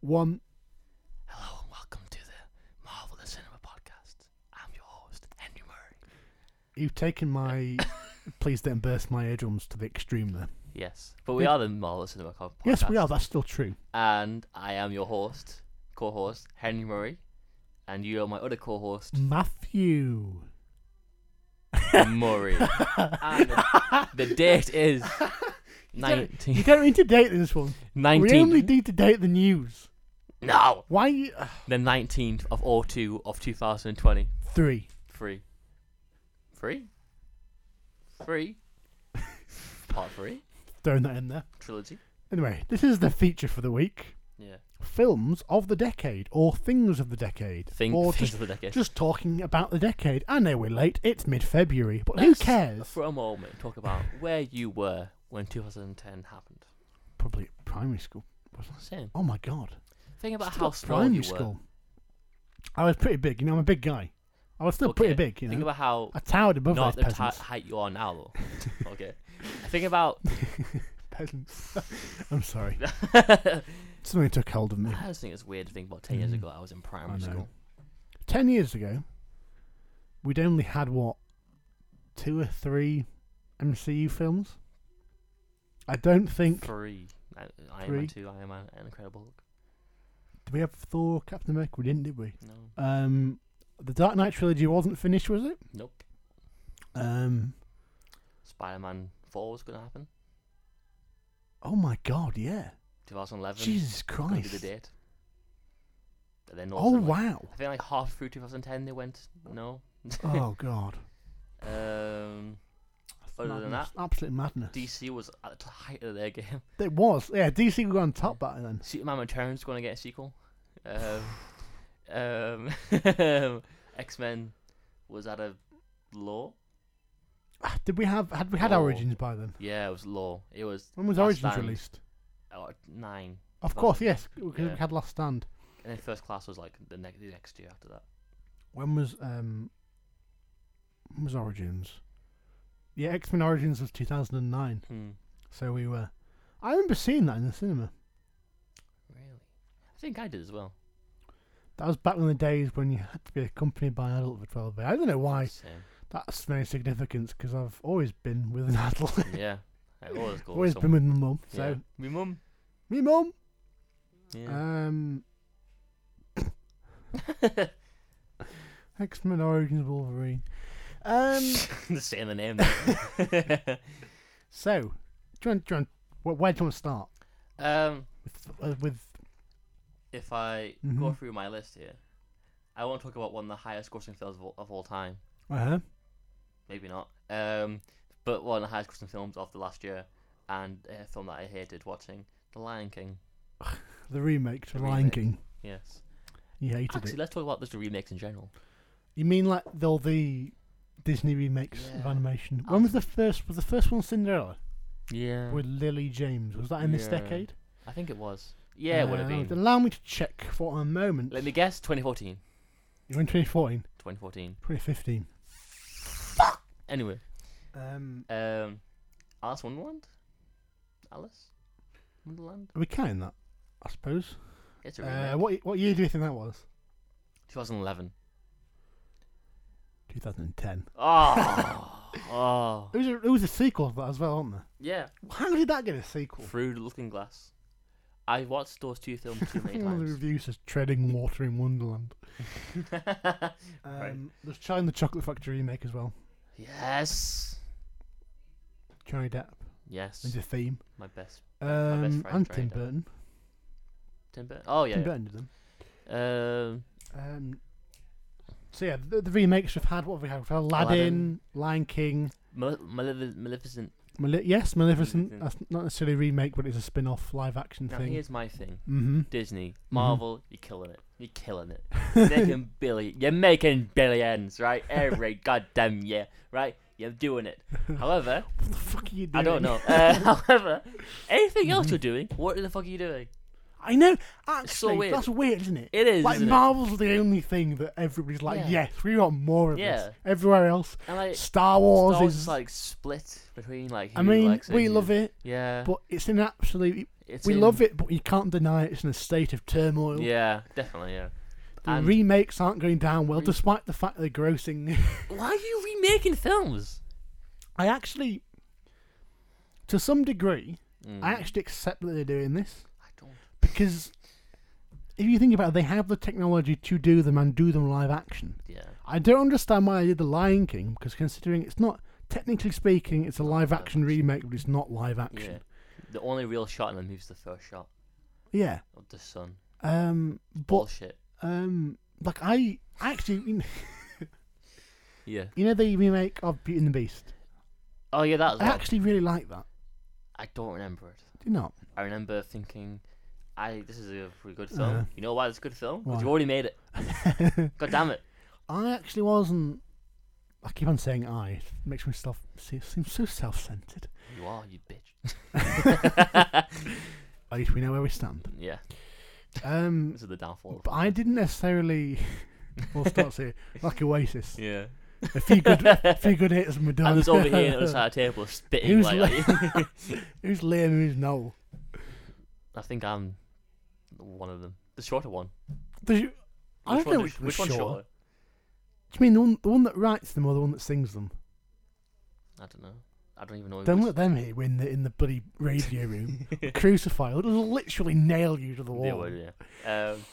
one. Hello and welcome to the Marvelous Cinema Podcast. I'm your host, Henry Murray. You've taken my. Please don't burst my eardrums to the extreme there. Yes, but we Good. are the Marvelous Cinema Co- Podcast. Yes, we are. That's still true. And I am your host, co-host Henry Murray, and you are my other co-host Matthew. Murray. and the, the date is You 19. don't need to date this one. We 19 only need to date the news. no, Why? uh, You, the 19th of 02 of 2020. three. Free. Free? Free? Part 3? Throwing that in there. Trilogy? Anyway, this is the feature for the week. Yeah. Films of the decade, or things of the decade, Thing, or things just, of the decade. just talking about the decade. I know we're late; it's mid-February, but Let's, uh, who cares? For a moment, talk about where you were when 2010 happened. Probably primary school. Same. Oh my god! Think about Still how at small you were. I was pretty big. You know, I'm a big guy. I was still pretty Okay, big. You know, Think about how I towered above not those the peasants. ti- height you are now, though. okay. Think about. peasants. I'm sorry. I Something took hold of me. just think it's weird to think about 10 years Mhm. ago. I was in primary know. school. Ten years ago, we'd only had what two or three MCU films. I don't think. Three. I- Iron Three. Man 2, Iron Man, and Incredible Hulk. Did we have Thor, Captain America? We didn't, did we? No. Um, the Dark Knight trilogy wasn't finished, was it? Nope. Um, Spider Man 4 was going to happen. oh my god, yeah. 2011. Jesus Gonna be the Christ. date. But then Oh also, like, wow. I think like half through 2010 they went, no. oh god. Um, Other than Madness. absolute madness. DC was at the height of their game. it was, yeah. DC were on top back then. Superman Returns going to get a sequel. Um, um, X Men was at a low. Ah, Did we have? Had we had Oh. Origins by then? Yeah, it was low. It was When was Last Origins Stand. released? uh, nine. Of Last course, Stand. yes, because Yeah. we had Last Stand. And then First Class was like the next the next year after that. When was um? When was Origins? Yeah, X Men Origins was two thousand and nine. Hmm. So we were. I remember seeing that in the cinema. Really? I think I did as well. That was back in the days when you had to be accompanied by an adult for twelve. I don't know why Same. that's very significance because I've always been with an adult. yeah. I always go. with always been someone. with my mum. So Yeah. My mum. me mum. Yeah. Um, X Men Origins Wolverine. Um, Just saying the name. there. so, do you want, do you want, wh- where do you want to start um. with? Uh, with if I go Mhm. through my list here, I won't talk about one of the highest grossing films of all, of all time. uh-huh. Maybe not. Um, but one of the highest grossing films of the last year, and a film that I hated watching, The Lion King. the remake to The Lion remake. King. Yes. You hated Actually, it. let's talk about just the remakes in general. You mean like the, all the Disney remakes of Yeah. animation? Um, When was the first? Was the first one Cinderella Yeah. with Lily James? Was that in this Yeah. decade? I think it was. Yeah, it would have Uh, been. Allow me to check for a moment. Let me guess. 2014. You're in 2014, 2014. 2015. Anyway, Um, um, Alice Wonderland. Alice Wonderland. are we counting that? I suppose. It's a remake. Uh, what what year do you think that was? 2011. 2010. Oh. oh. There was a, there was a sequel to that as well, wasn't there? Yeah. How did that get a sequel? Through the Looking Glass. I watched those two films too many One of the times. reviews says Treading Water in Wonderland. Um, Right. There's Charlie and the Chocolate Factory remake as well. yes. Johnny Depp. Yes. There's a theme. My best. best Um, friend, and Johnny Tim Depp. Burton. Tim Burton. Oh yeah. Tim yeah. Burton did them. Um. Um, so yeah, the, the remakes we've had. What have we had? We've had Aladdin, Aladdin. Lion King. Mal- Malefic- Maleficent. Male- yes, Maleficent. Maleficent. That's not necessarily a remake, but it's a spin-off live action Now thing. here's my thing. Mm-hmm. Disney, Marvel, you're killing it. You're killing it. making billion. You're making billions, right? Every goddamn year, right? You're doing it. However, What the fuck are you doing? I don't know. Uh, however, anything else you're doing, what the fuck are you doing? I know. Actually, weird. that's weird, isn't it? It is. Like isn't it? Marvel's the only thing that everybody's like, Yeah. yes, we want more of Yeah. this. Everywhere else, And like, Star Wars Star Wars is. is like split between like. Who I mean, likes we love it, Yeah. but it's an absolute it's we in- love it, but you can't deny it's in a state of turmoil. Yeah, definitely. Yeah. the and- Mm. remakes aren't going down well, Re- despite the fact they're grossing. Why are you remaking films? I actually, to some degree, Mm, I actually accept that they're doing this I don't. because if you think about it, they have the technology to do them and do them live action. Yeah. I don't understand why they did The Lion King because considering it's not, technically speaking, it's a live action remake, but it's not live Yeah. action. The only real shot in the movie's the first shot Yeah. of the sun. Um, but, Bullshit. um, like, I actually, Yeah. you know, the remake of Beauty and the Beast? Oh yeah, that. Was I what- actually really like that. I don't remember it. Do you not? I remember thinking, I this is a pretty good film. Uh-huh. You know why it's a good film? Why? Because you already made it. God damn it. I actually wasn't. I keep on saying I. It makes me self se- seem so self-centered. You are, you bitch. At least we know where we stand. yeah, Um, this is the downfall. but I didn't necessarily. Full stops here. Like Oasis, Yeah. a few good, a few good hits and we're done. And there's over here on the other side of the table spitting Who's like, li- who's Liam? and Who's Noel? I think I'm one of them. The shorter one. Does you, I Which don't know one- which, which which one's shorter. shorter? Do you mean the one, the one that writes them or the one that sings them? I don't know. I don't even know. who Don't was- let them hit you in the in the bloody radio room. Crucify. They'll literally nail you to the They wall. were, yeah. Um,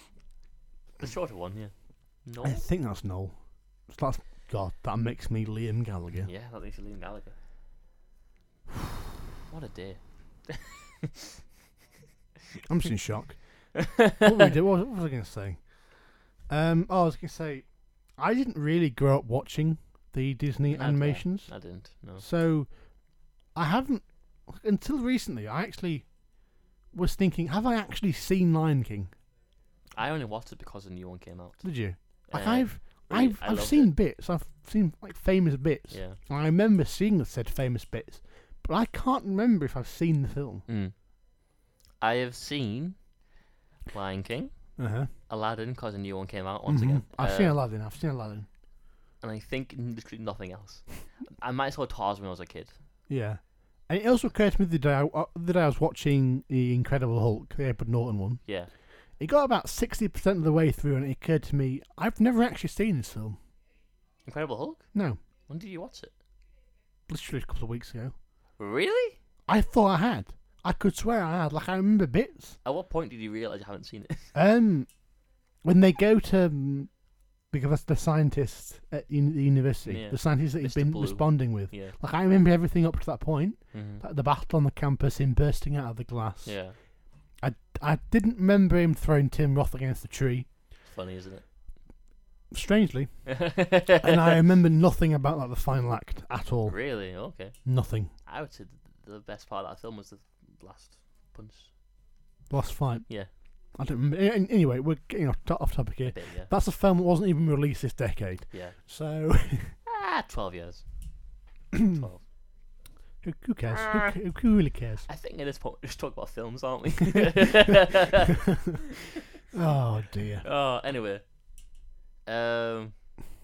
the shorter one, yeah. No. I think that's Noel. So That's God. That makes me Liam Yeah, Gallagher. that leaves you Liam Gallagher. What a day. I'm just in shock. what, were we do- what was I going to say? Um, oh, I was going to say, I didn't really grow up watching the Disney Neither. animations, I didn't. No. so I haven't until recently. I actually was thinking, have I actually seen Lion King? I only watched it because the new one came out. Did you? Like Uh, I've, really, I've, I I've loved seen it. bits. I've seen like famous bits. Yeah. And I remember seeing the said famous bits, but I can't remember if I've seen the film. Mm. I have seen Lion King, Uh huh. Aladdin, because a new one came out once Mhm. again. I've uh, seen Aladdin. I've seen Aladdin. And I think literally nothing else. I might have saw Tarzan when I was a kid. Yeah, and it also occurred to me the day I, uh, the day I was watching the Incredible Hulk, the Edward Norton one. Yeah. It got about sixty percent of the way through, and it occurred to me I've never actually seen this film. Incredible Hulk? No, When did you watch it? literally a couple of weeks ago. Really? I thought I had. I could swear I had. Like I remember bits. At what point did you realise you haven't seen it? Um, when they go to um, because that's the scientist at uni- the university, Yeah. the scientist that he's Mr. been Blue. responding with. yeah. Like I remember everything up to that point, hmm like the battle on the campus, him bursting out of the glass. Yeah. I didn't remember him throwing Tim Roth against the tree. Funny, isn't it? strangely. and I remember nothing about like the final act at all. Really? Okay. Nothing. I would say th- the best part of that film was the last punch. Last fight. Yeah. I don't remember. a- an- Anyway, we're getting off, to- off topic here. Bit, yeah. That's a film that wasn't even released this decade. Yeah. So Ah, 12 years. Hmm. 12. who, who cares? Who, ca- who really cares? I think at this point we just talk about films, aren't we? Oh dear. oh, anyway. Um,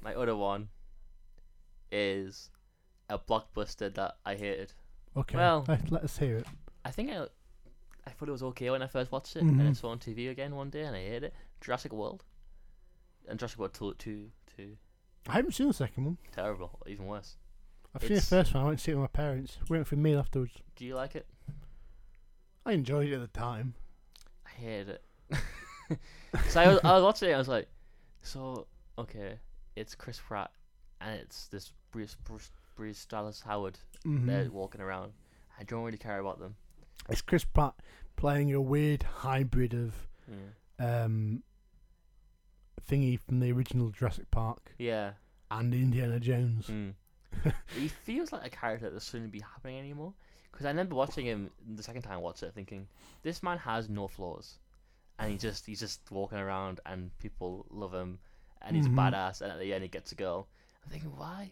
my other one is a blockbuster that I hated. Okay. Well- let, let us hear it. I think I, I thought it was okay when I first watched it, and I Mhm. saw it on TV again one day, and I hated it. Jurassic World, and Jurassic World Two, two, two, I haven't seen the second one. terrible, even worse. I've seen the It's- first one. I went to see it with my parents. We went for a meal afterwards. Do you like it? I enjoyed it at the time. I hated it. so I was, I was watching it. I was like, so okay, it's Chris Pratt, and it's this Bruce Bruce, Bruce Dallas Howard. Mhm. They're walking around. I don't really care about them. It's Chris Pratt playing a weird hybrid of Yeah. um, thingy from the original Jurassic Park Yeah. and Indiana Jones. Mm. he feels like a character that shouldn't be happening anymore. Because I remember watching him the second time I watched it, thinking this man has no flaws, and he just he's just walking around and people love him, and he's Mhm. a badass, and at the end he gets a girl. I'm thinking why?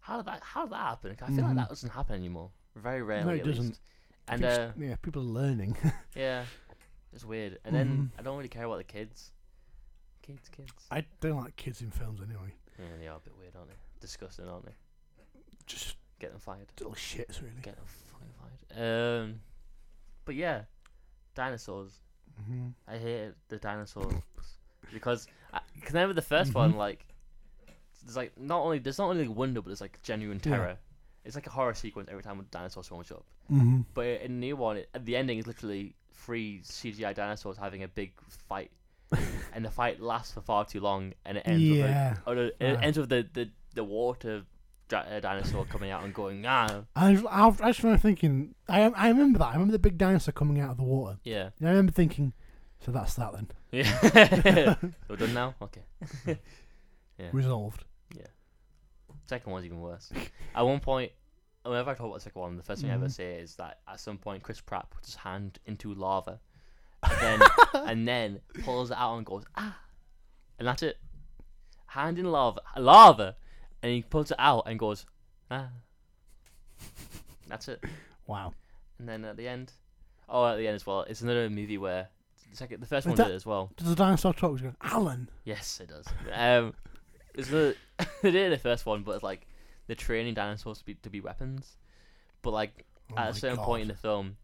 How did that how did that happen? 'Cause I feel like Mhm. that doesn't happen anymore. Very rarely. it at doesn't. Least. And People uh, s- yeah, people are learning. yeah, it's weird. And then I don't really care about the kids. Kids, kids. Mm-hmm. I don't like kids in films anyway. Yeah, they are a bit weird, aren't they? Disgusting, aren't they? Just Get them fired. little shits, really. Get them fucking fired. Um, but yeah, dinosaurs. hmm I hate the dinosaurs because I, cause remember the 1st one Mhm. like there's like not only there's not only wonder but there's like genuine Yeah. terror. It's like a horror sequence every time a dinosaur swarms up. hmm But in the new one, it, the ending is literally three CGI dinosaurs having a big fight, and the fight lasts for far too long, and it ends Yeah. with a, oh, no, it Ah. ends with the the, the water dra- uh, dinosaur coming out and going ah I, I, I just remember thinking, I, I remember that. I remember the big dinosaur coming out of the water. yeah And I remember thinking, so that's that then. yeah we're done now okay Yeah. Resolved. second one's even worse. At one point, whenever I talk about the second one, the first thing I ever Mhm. say is that at some point Chris Pratt puts his hand into lava, and then and then pulls it out and goes ah, and that's it. Hand in lava, lava, and he pulls it out and goes ah. That's it. Wow. And then at the end, oh, at the end as well, it's another movie where the second, the first one That- did it as well. Does the dinosaur talk? He's going, Alan. Yes, it does. Um, it's the they did it in the first one, but it's like they're training dinosaurs to be to be weapons. But like Oh at a my certain point in God. the film,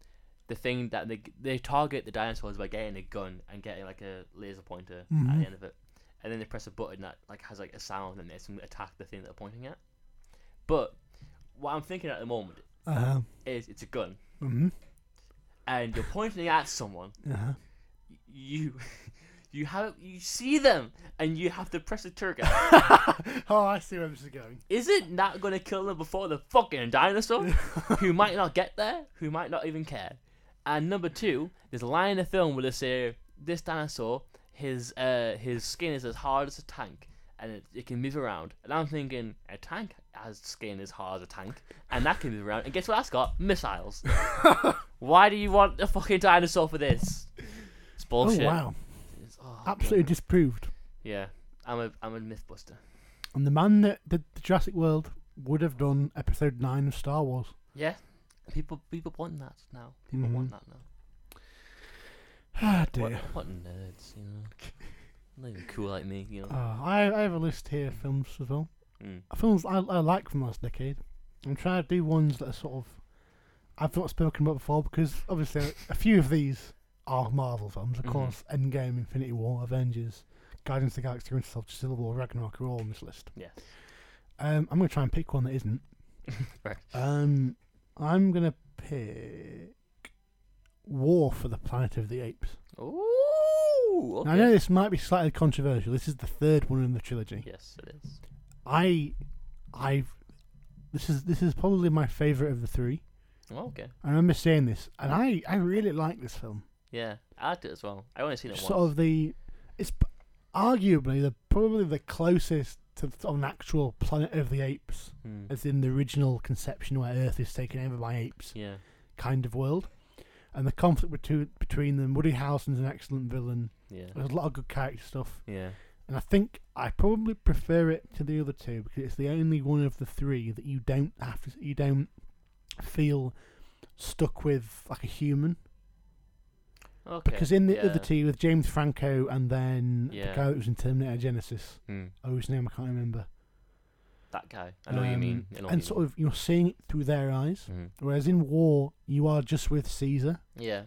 the thing that they they target the dinosaurs by getting a gun and getting like a laser pointer at Mhm. the end of it, and then they press a button that like has like a sound and they some attack the thing that they're pointing at. But what I'm thinking at the moment Uh-huh. is it's a gun hmm and you're pointing at someone Uh-huh. you you have you see them and you have to press the trigger. oh, I see where this is going. Isn't that gonna kill them before the fucking dinosaur who might not get there, who might not even care? And number two, there's a line in the film where they say this dinosaur, his uh his skin is as hard as a tank and it, it can move around. And I'm thinking a tank has skin as hard as a tank and that can move around. And guess what that's got? Missiles. Why do you want a fucking dinosaur for this? It's Oh, bullshit. wow. It's- oh, Absolutely God. disproved. Yeah, I'm a I'm a MythBuster. And the man that did the Jurassic World would have done episode 9 of Star Wars. Yeah, people people want that now. People Mm-hmm. want that now. Ah, What, dear. what nerds, you know? Not even cool like me, you know. Oh, I, I have a list here of films as well. Mm. Films I, I like from last decade. I'm trying to do ones that are sort of I've not spoken about before because obviously a few of these are Marvel films. Of Mhm. course, Endgame, Infinity War, Avengers, Guardians of the Galaxy, Winter Soldier, Civil War, Ragnarok are all on this list. Yes. Um, I'm going to try and pick one that isn't. Right. Um, I'm going to pick War for the Planet of the Apes. Ooh. Okay. Now, I know this might be slightly controversial. This is the third one in the trilogy. Yes, it is. I, I've, this is this is probably my favorite of the three. Oh, okay. I remember saying this, and I I really like this film. Yeah, I liked it as well. I only seen it Just once. sort of the, it's p- arguably the probably the closest to sort of an actual Planet of the Apes, Hmm. as in the original conception where Earth is taken over by apes Yeah. kind of world. And the conflict between between them, Woody Harrelson's an excellent villain. Yeah. There's a lot of good character stuff. Yeah. And I think I probably prefer it to the other two because it's the only one of the three that you don't have to, you don't feel stuck with like a human. Okay. Because in the yeah. other two with James Franco and then Yeah. the guy that was in Terminator Genesis, Hmm. oh whose name I can't remember. that guy. I know what you Um, mean. I know what And you sort of you're seeing it through their eyes, mean. whereas in War you are just with Caesar. Mhm. Yeah.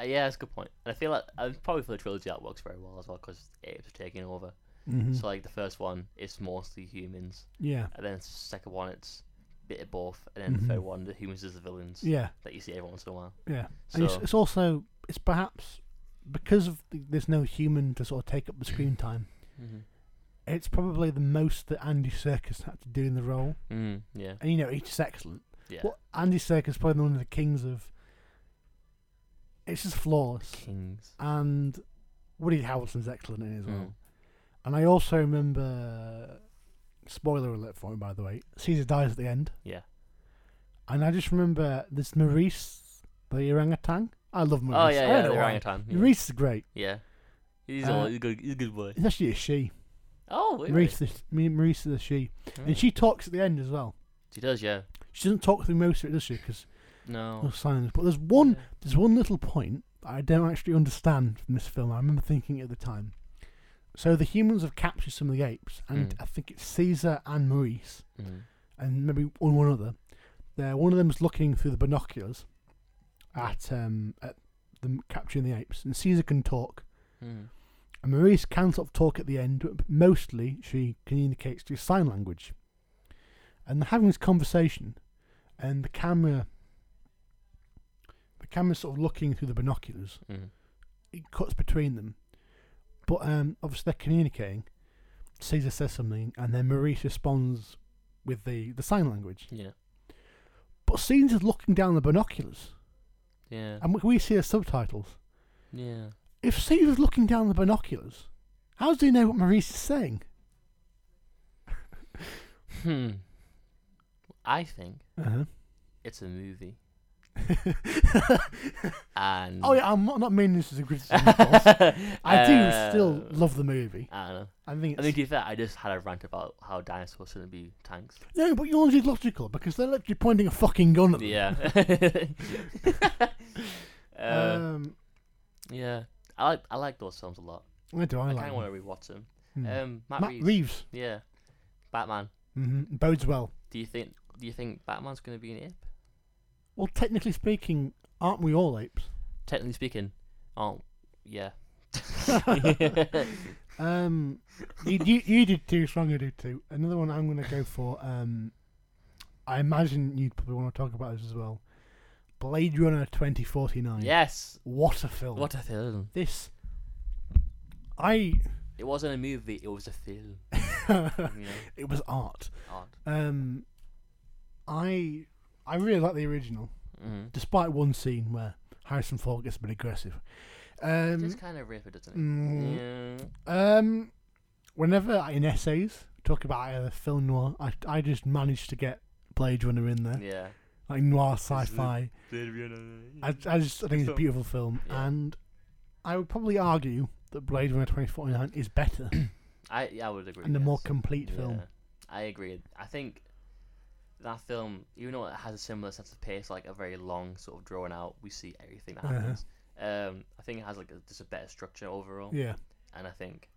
Uh, yeah, that's a good point. And I feel like uh, probably for the trilogy that works very well as well because apes are taking over. Mm-hmm. So like the first one, it's mostly humans, yeah, and then the second one, it's a bit of both, and then the third Mhm. one, the humans as the villains yeah, that you see every once in a while. yeah. So And it's, it's also it's perhaps because of the, there's no human to sort of take up the screen time. Mhm. it's probably the most that Andy Serkis had to do in the role, Mhm, yeah, and you know he's just excellent. yeah, Well, Andy Serkis probably one of the kings of. It's just flawless, kings. and Woody Harrelson's excellent in it as well. Mm. And I also remember, spoiler alert for him by the way, Caesar dies at the end. Yeah. And I just remember this Maurice, the orangutan. I love Maurice. Oh I yeah, don't yeah, know the why. orangutan. Yeah, Maurice is great. yeah. he's, Uh, all, he's a good. He's a good boy. It's actually a she. Oh, wait, Maurice, is, Maurice is a she, Hmm. and she talks at the end as well. she does, yeah. She doesn't talk through most of it, does she? Because No, of silence. But there's one, Oh. yeah. there's one little point that I don't actually understand from this film. I remember thinking at the time. So the humans have captured some of the apes, and Mm. I think it's Caesar and Maurice, Mhm. and maybe one one other. They're, one of them's looking through the binoculars at um at them capturing the apes, and Caesar can talk. Mm. And Maurice can sort of talk at the end, but mostly she communicates through sign language. And they're having this conversation, and the camera, the camera's sort of looking through the binoculars. Mm. It cuts between them, but um, obviously they're communicating. Caesar says something, and then Maurice responds with the, the sign language. Yeah. But Caesar's looking down the binoculars, Yeah. and we- we see the subtitles. yeah. If Caesar's looking down the binoculars, how does he know what Maurice is saying? Hmm. I think Uh-huh. it's a movie. and Oh yeah, I'm not, not meaning this as a criticism. of course. I do still Uh, love the movie. I don't know. I think I it's mean, to be fair, I just had a rant about how dinosaurs shouldn't be tanks. no, but yours is logical because they're literally pointing a fucking gun at them. Yeah. uh, Um, yeah. I like I like those films a lot. where do I, I like? kind of them? want to rewatch them. Hmm. Um, Matt, Matt Reeves. Reeves. Yeah. Batman. hmm Bodes well. Do you think Do you think Batman's gonna be an ape? Well, technically speaking, aren't we all apes? Technically speaking, oh yeah. Um, you, you, you did two, Stronger did two. Another one I'm going to go for. Um, I imagine you'd probably want to talk about this as well. Blade Runner 2049. yes. What a film. What a film! This. I. It wasn't a movie. It was a film. You know, it was art. art. Um, I. I really like the original, Mm. despite one scene where Harrison Ford gets a bit aggressive. Um, Just kind of ripped, doesn't it? mm, Yeah. Um, whenever I- in essays talk about either film noir, I, I just manage to get Blade Runner in there, Yeah. like noir sci-fi. I, I just I think it's a Film. beautiful film, Mm. Yeah. and I would probably argue that Blade Runner twenty forty nine is better I yeah, I would agree. and a more yes. complete film. I agree. I think that film, even though it has a similar sense of pace, like a very long sort of drawn out, we see everything that Uh-huh. happens. Um, I think it has like a, just a better structure overall, Yeah, and I think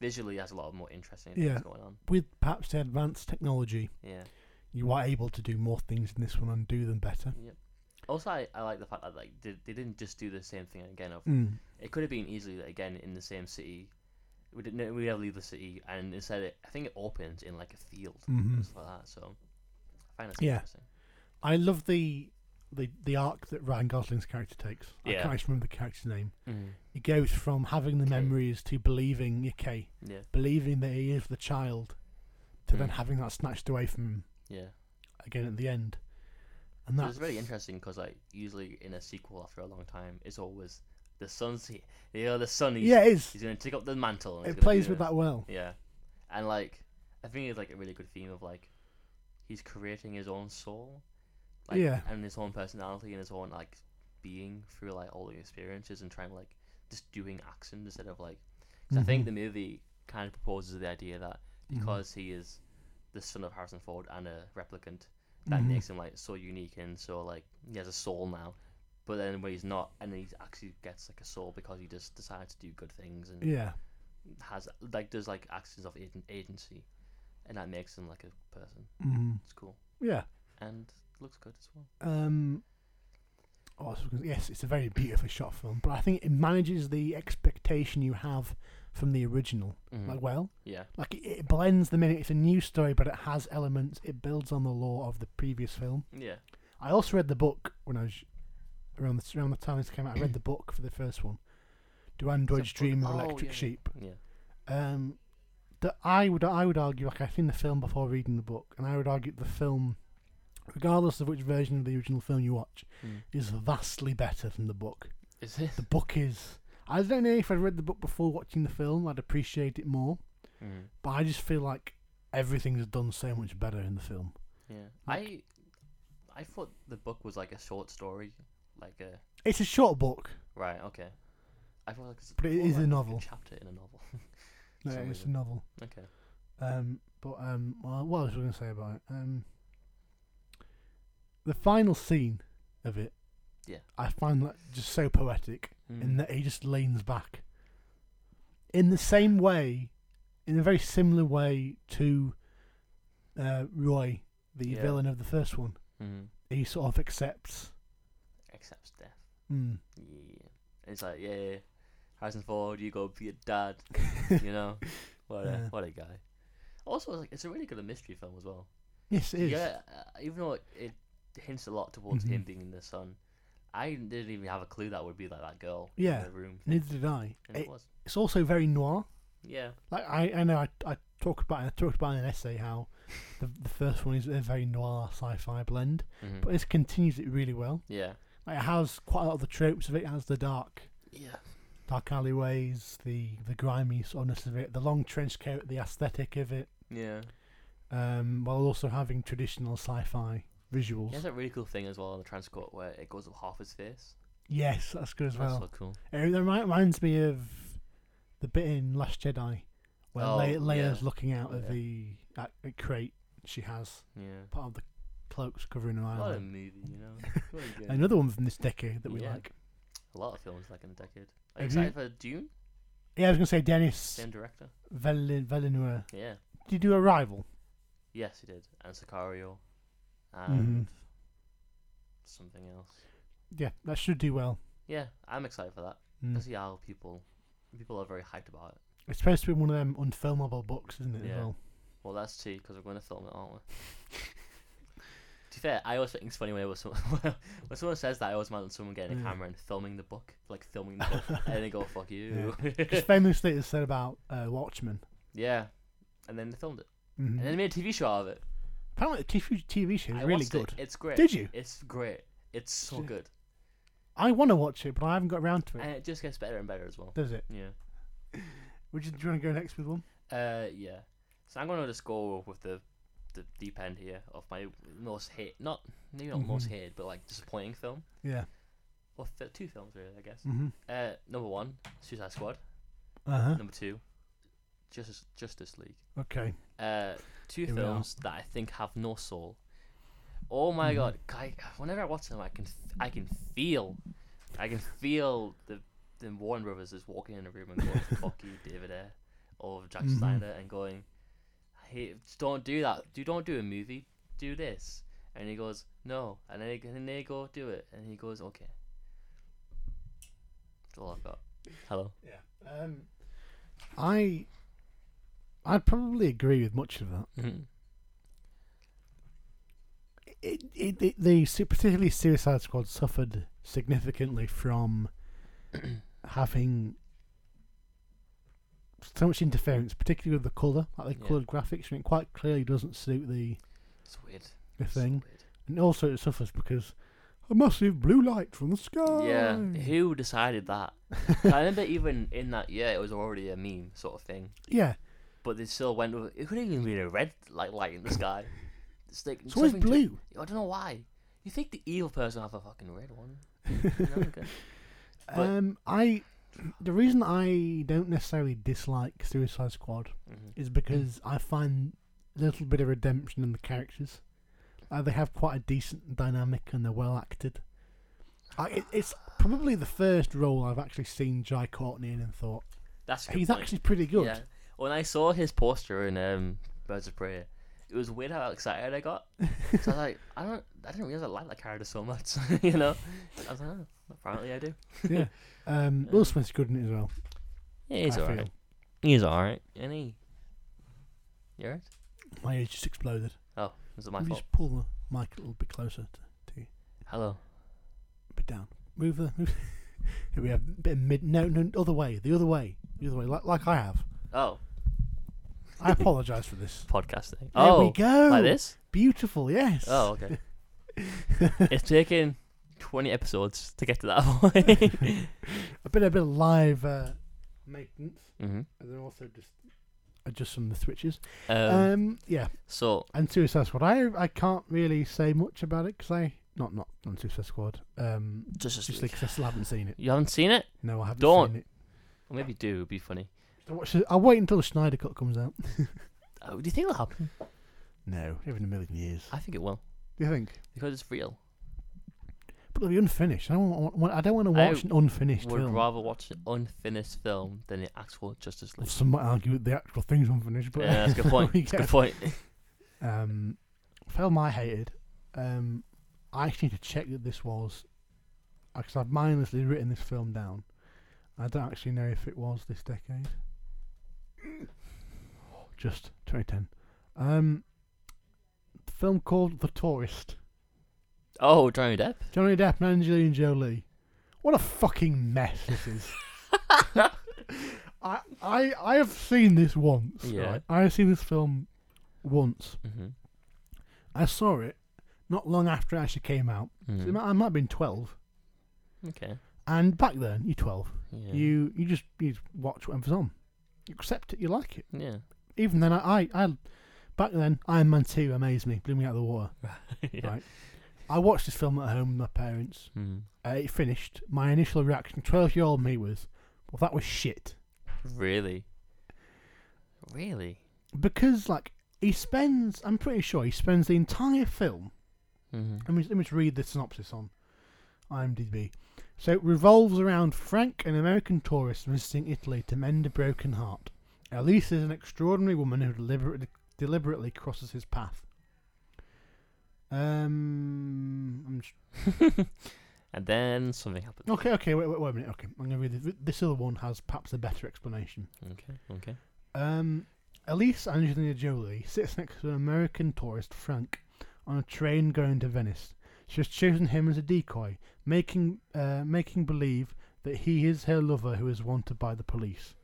visually it has a lot of more interesting Yeah. things going on. with perhaps the advanced technology, Yeah. you are able to do more things in this one and do them better. Also, I, I like the fact that like they, they didn't just do the same thing again. Of Mm. it could have been easily like, again in the same city. We didn't. no, We never leave the city, and instead, it, I think it opens in like a field, Mhm. and stuff like that. So, I find that's Yeah. interesting. I love the the the arc that Ryan Gosling's character takes. I Yeah. can't actually remember the character's name. Mm. It goes from having the Okay. memories to believing, okay, Yeah. believing that he is the child, to then Mm. having that snatched away from him Yeah. again at the end. And So that's It's really interesting because, like, usually in a sequel after a long time, it's always the son's here. You know, the son. He's, Yeah, it is. He's gonna take up the mantle. And he's It gonna plays do with this. that well. Yeah, and like, I think it's like a really good theme of like, he's creating his own soul. Like, Yeah. And his own personality and his own like being through like all the experiences and trying to like just doing action instead of like. 'cause I think Mhm. the movie kind of proposes the idea that Mhm. because he is the son of Harrison Ford and a replicant, that Mhm. makes him like so unique and so like he has a soul now. But then when he's not, and he actually gets like a soul because he just decides to do good things and Yeah. has like does like actions of agen- agency, and that makes him like a person. Mhm. It's cool Yeah. and looks good as well. Um oh, I was gonna- yes, it's a very beautifully shot film, but I think it manages the expectation you have from the original. Mm. Like well, Yeah, like it, it blends them in. It's a new story, but it has elements. It builds on the lore of the previous film. yeah, I also read the book when I was around the around the time this came out. I read the book for the first one. Do androids book? dream of Oh, electric yeah. sheep? yeah, Um, that I would I would argue like I've seen the film before reading the book, and I would argue the film, regardless of which version of the original film you watch, Mm. is vastly better than the book. Is it? The book is. I don't know if I'd read the book before watching the film, I'd appreciate it more. Mm. But I just feel like everything's done so much better in the film. Yeah, Like- I, I thought the book was like a short story, like a It's a short book. right. Okay, I thought like it's, But it I thought is a like novel. chapter in a novel. No, Some it's a reason. novel. okay. Um, but um, well, what else was I going to say about it? Um, the final scene of it, Yeah. I find that just so poetic Mm. in that he just leans back. In the same way, in a very similar way to uh, Roy, the Yeah. villain of the first one, Mm. he sort of accepts. Accepts death. Mm. Yeah. And it's like, yeah, Harrison Ford, you go be a dad. you know, what a Yeah. what a guy. Also, it's like it's a really good mystery film as well. Yes, it is. Yeah, uh, even though it, it hints a lot towards him Mhm. being the son, I didn't even have a clue that would be like that girl. Yeah. in the room, Neither did I. and it It, was. it's also very noir. Yeah, Like I, I know I, I talk about I talked about in an essay how the, the first one is a very noir sci-fi blend, Mhm. but this continues it really well. yeah, Like it has quite a lot of the tropes of it. It has the dark yeah, dark alleyways, the the grimy soreness of it, the long trench coat, the aesthetic of it, yeah. um, while also having traditional sci-fi visuals. He has that really cool thing as well on the transport where it goes up half his face. Yes, that's good as That's well. so cool. It remi- reminds me of the bit in Last Jedi where Oh, Leia, Leia's yeah. looking out of Yeah. the at, at crate she has Yeah. part of the cloaks covering her What a eye. movie, you know. What a good- Another one from this decade that we Yeah. like. a lot of films like in a decade. Have Are you excited for Dune? Yeah, I was gonna say Dennis Same director. Villen- Villeneuve. Yeah. Did you do Arrival? Yes, he did. And Sicario. And Mm-hmm. something else. Yeah, that should do well. Yeah, I'm excited for that. Mm. I see how people people are very hyped about it. It's supposed to be one of them unfilmable books, isn't it? as Yeah. well? Well, that's two because we're going to film it, aren't we? to be fair, I always think it's funny when, someone, when someone says that. I always imagine someone getting a Yeah. camera and filming the book, like filming the book, and they go "fuck you." Yeah, 'Cause famously it's said about uh, Watchmen. and then they filmed it, Mhm. and then they made a TV show out of it. Apparently, the TV TV show is I really watched good. It. It's great. Did you? It's great. It's so Shit. good, I want to watch it, but I haven't got around to it. and it just gets better and better as well. Does it? Yeah. Would you, do you want to go next with one? Uh, yeah. So I'm gonna just go with the the deep end here of my most hate, not maybe not most Mhm. hated, but like disappointing film. Yeah. Well, fi- two films really, I guess. Mm-hmm. Uh, number one, Suicide Squad. Uh huh. Number two, Justice Justice League. Okay. Uh, two Here we are. films that I think have no soul. Oh my Mhm. god! I, whenever I watch them, I can f- I can feel, I can feel the the Warren Brothers is walking in a room and going, "Fuck you, David Ayer," or Jack Mhm. Snyder, and going, "Hey, just don't do that. Do don't do a movie. Do this." And he goes, "No," and then, he- and then they go, "Do it," and he goes, "Okay." That's all I've got. Hello. Yeah. Um, I I'd probably agree with much of that. It, it, it the su- particularly Suicide Squad suffered significantly from having so much interference, particularly with the color, like the Yeah. colored graphics. I mean, it quite clearly doesn't suit the It's weird. the It's so thing, weird. and also it suffers because a massive blue light from the sky. Yeah, who decided that? I remember even in that year, it was already a meme sort of thing, yeah. but they still went with it. Could not even be a red like light in the sky. It's like It's always something to- blue. I don't know why. You think the evil person would have a fucking red one? You know, okay. But- um, I the reason I don't necessarily dislike Suicide Squad Mhm. is because I find a little bit of redemption in the characters. Uh, they have quite a decent dynamic and they're well acted. I, it, it's probably the first role I've actually seen Jai Courtney in and thought That's a good he's point. actually pretty good. Yeah. When I saw his poster in um, Birds of Prey, it was weird how excited I got. So I was like, I don't, I didn't realize I liked that character so much. you know, I was like, oh, apparently I do. Yeah. Um, Will Smith's good in it as well. Yeah, he's I alright. He's alright. And he. You alright? My ears just exploded. Oh, was it my Can you fault? just pull the mic a little bit closer to, Hello. a bit down. Move the. Move. Here we have a bit of mid. No, no, other way. The other way. The other way. Like, like I have. Oh, I apologise for this. podcasting. There oh, we go. like this? Beautiful, yes. Oh, okay. it's taken 20 episodes to get to that point. a bit, a bit of live uh, maintenance, hmm and then also just adjust some of the switches. um, Um, yeah. so, And Suicide Squad. I, I can't really say much about it because I not not on Suicide Squad. Um, just, just just because I still haven't seen it. you haven't seen it? No, I haven't Don't. seen it. Or maybe you do, it'd be funny. So watch the- I'll wait until the Schneider cut comes out. Oh, do you think it'll happen? No, never in a million years. I think it will. Do you think? Because it's real. But it'll be unfinished. I don't want. want I don't want to I watch an unfinished Would film. rather watch an unfinished film than the actual Justice Well, League. Some might argue that the actual thing's unfinished, but yeah, that's a good point. we That's a get- good point. Um, film I hated. uh, Um, I actually need to check that this was because I've mindlessly written this film down. I don't actually know if it was this decade. Just 2010. Um, the film called The Tourist. Oh, Johnny Depp. Johnny Depp and Angelina Jolie. What a fucking mess this is. Mm-hmm. I, I I have seen this once. Yeah. right? I have seen this film once. Mm-hmm. I saw it not long after it actually came out. So it might, I might have been 12. Mm-hmm. Okay. And back then, you're 12. Yeah. You you just you just watch whatever's on. You accept it, you like it. Yeah. Even then, I, I, I back then, Iron Man 2 amazed me, blew me out of the water. yeah. Right. I watched this film at home with my parents. Mm. Uh, it finished. My initial reaction, 12 year old me, was, well, that was shit. Really. Really. Because, like, he spends, I'm pretty sure he spends the entire film Mm-hmm. Let me, let me just read the synopsis on IMDb. So it revolves around Frank, an American tourist visiting Italy to mend a broken heart. Elise is an extraordinary woman who deliberately, deliberately crosses his path. Um, I'm just- And then something happened. okay, okay, wait, wait, wait a minute. Okay, I'm gonna read this. This other one has perhaps a better explanation. Okay. Okay. Um, Elise Angelina Jolie sits next to an American tourist, Frank, on a train going to Venice. She has chosen him as a decoy, making uh, making believe that he is her lover who is wanted by the police.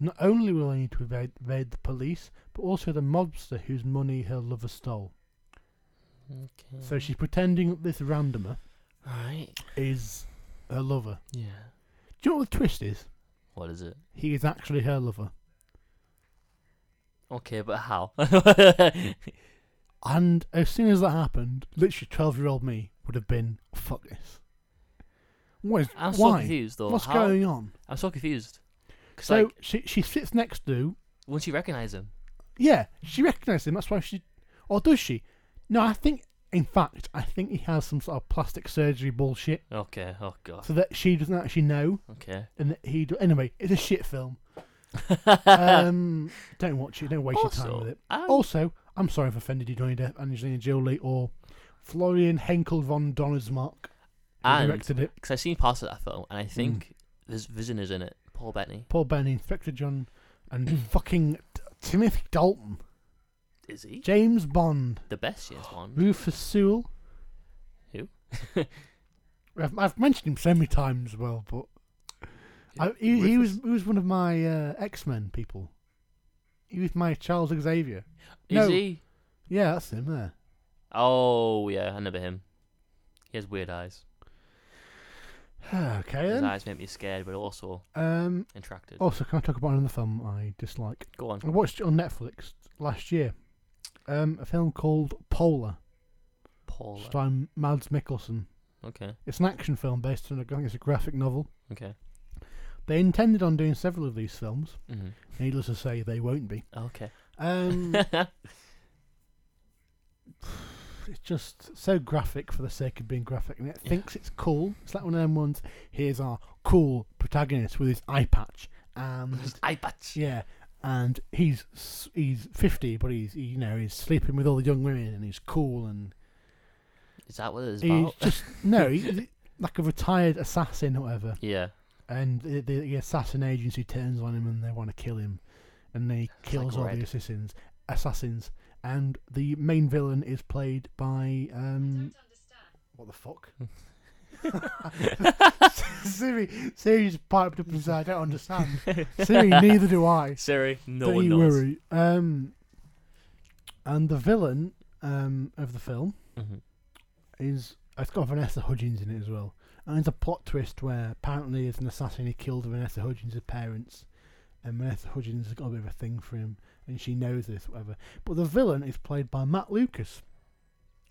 Not only will they need to evade, evade the police, but also the mobster whose money her lover stole. Okay. So she's pretending that this randomer All right. is her lover. Yeah. Do you know what the twist is? What is it? He is actually her lover. Okay, but how? yeah. And as soon as that happened, literally twelve year old me would have been fuck this. What is I'm so why? confused though. What's how? going on? I'm so confused. Cause So like, she she sits next to once you recognize him, yeah she recognises him that's why she or does she? No, I think in fact I think he has some sort of plastic surgery bullshit okay. Oh god. so that she doesn't actually know Okay. and that he do- anyway it's a shit film. um, don't watch it. Don't waste your time Also, with it. I'm- also, I'm sorry I've offended you, Johnny Depp, Angelina Jolie, or Florian Henkel von Donnersmarck. who and directed it. because I've seen parts of that film, and I think there's Vision is in it. Paul Bettany Paul Benny, Inspector John, and fucking T- Timothy Dalton, is he James Bond, the best James Bond? Rufus Sewell. Who? I've, I've mentioned him so many times as well, but I, uh, he, he was Rufus? he was one of my uh, X Men people. He was my Charles Xavier. no. Is he? Yeah, that's him there. Oh yeah, I remember him. He has weird eyes. okay His then. eyes make me scared, but also Um, attracted. also, can I talk about another film I dislike? Go on. I watched it on Netflix last year. Um, a film called Polar, Paul. starring Mads Mikkelsen. Okay. It's an action film based on a, I think it's a graphic novel. Okay. They intended on doing several of these films. hmm Needless to say, they won't be. Okay. Um, it's just so graphic for the sake of being graphic, and it Yeah. thinks it's cool. It's like one of them ones. Here's our cool protagonist with his eye patch, and His eye patch. yeah, and he's s- he's fifty, but he's he, you know he's sleeping with all the young women, and he's cool, and Is that what it is he's about? just no, he's like a retired assassin or whatever. yeah. and the, the, the assassin agency turns on him and they want to kill him, and they like kills all Red. the assassins. Assassins, and the main villain is played by um, what the fuck? Siri, Siri just piped up and said, "I don't understand." Siri, neither do I. Siri, no don't one you knows. worry. Um, and the villain um of the film Mhm. is it's got Vanessa Hudgens in it as well. And there's a plot twist where apparently there's an assassin who killed Vanessa Hudgens' parents, and Vanessa Hudgens has got a bit of a thing for him, and she knows this, whatever. But the villain is played by Matt Lucas.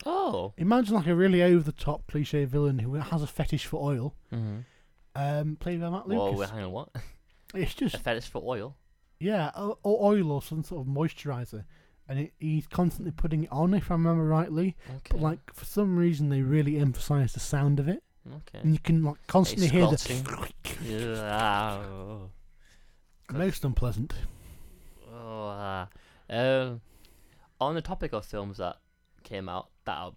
Oh. Imagine like a really over the top cliche villain who has a fetish for oil, Mm-hmm. um, played by Matt Whoa, Lucas. hang on, what? It's A just, fetish for oil? yeah, o- o- oil or some sort of moisturiser. And it, he's constantly putting it on, if I remember rightly. Okay. But like for some reason, they really emphasise the sound of it, and okay. you can like constantly hear the Yeah. oh, Most unpleasant. oh, ah. um, on the topic of films that came out that are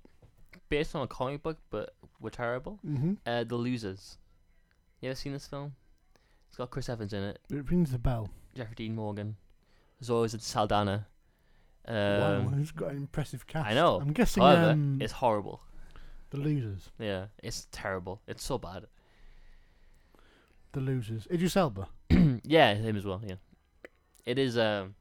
based on a comic book but were terrible, Mm-hmm. uh, The Losers. You ever seen this film? It's got Chris Evans in it, It rings a bell. Jeffrey Dean Morgan, Zoe Saldana. wow, Um, it's got an impressive cast. I know. I'm guessing However, um, it's horrible. the losers. Yeah, it's terrible. It's so bad. The losers. Idris Elba. yeah, him as well. Yeah, it is. Um,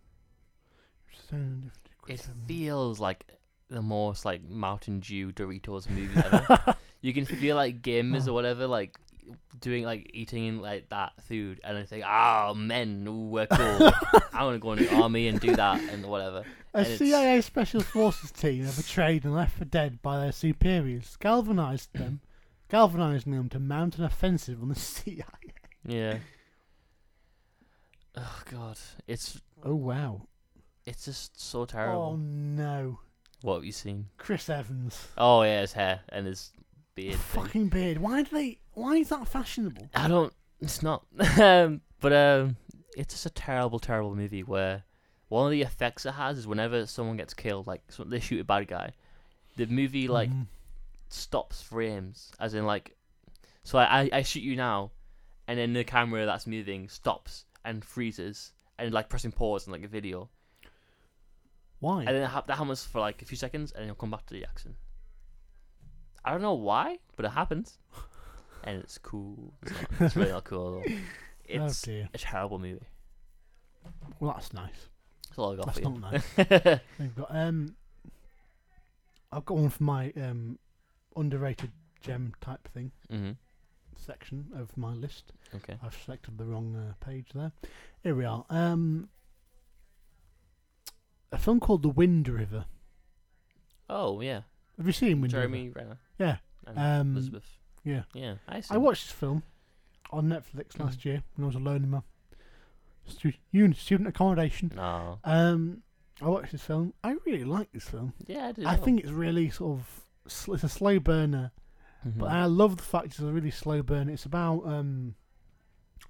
it feels like the most like Mountain Dew Doritos movie ever. you can feel like gamers or whatever, like doing like eating like that food, and I think, ah, men, ooh, we're cool. I want to go in the army and do that and whatever. A and it's- CIA Special Forces team are betrayed and left for dead by their superiors, galvanized them, galvanizing them to mount an offensive on the CIA. Yeah. Oh god, it's Oh wow! it's just so Oh terrible. no, What have you seen? Chris Evans, Oh yeah, his hair and his beard. thing. fucking beard. Why do they? Why is that fashionable? I don't. It's not. um, but um, it's just a terrible, terrible movie where one of the effects it has is whenever someone gets killed, like so they shoot a bad guy, the movie like Mm. stops frames, as in like, so I, I I shoot you now, and then the camera that's moving stops and freezes and like pressing pause on like a video, why? and then it hap- that happens for like a few seconds, and then it'll come back to the action. I don't know why, but it happens, and it's cool. It's, not, it's really not cool. Though. It's oh dear. a terrible movie. Well, that's nice. That's all I got That's for not you. nice. We've got um, I've got one for my um, underrated gem type thing hmm section of my list. Okay. I've selected the wrong uh, page there. Here we are. Um, a film called The Wind River. Oh yeah, Have you seen Wind Jeremy Renner River? and Yeah. Um, Elizabeth. yeah. Yeah, I see. I watched this film on Netflix Mhm. last year when I was alone in my stu- uni- student accommodation. No. Um, I watched this film. I really like this film. Yeah, I do. I know. think it's really sort of sl- it's a slow burner, Mhm. but I love the fact it's a really slow burn. It's about um,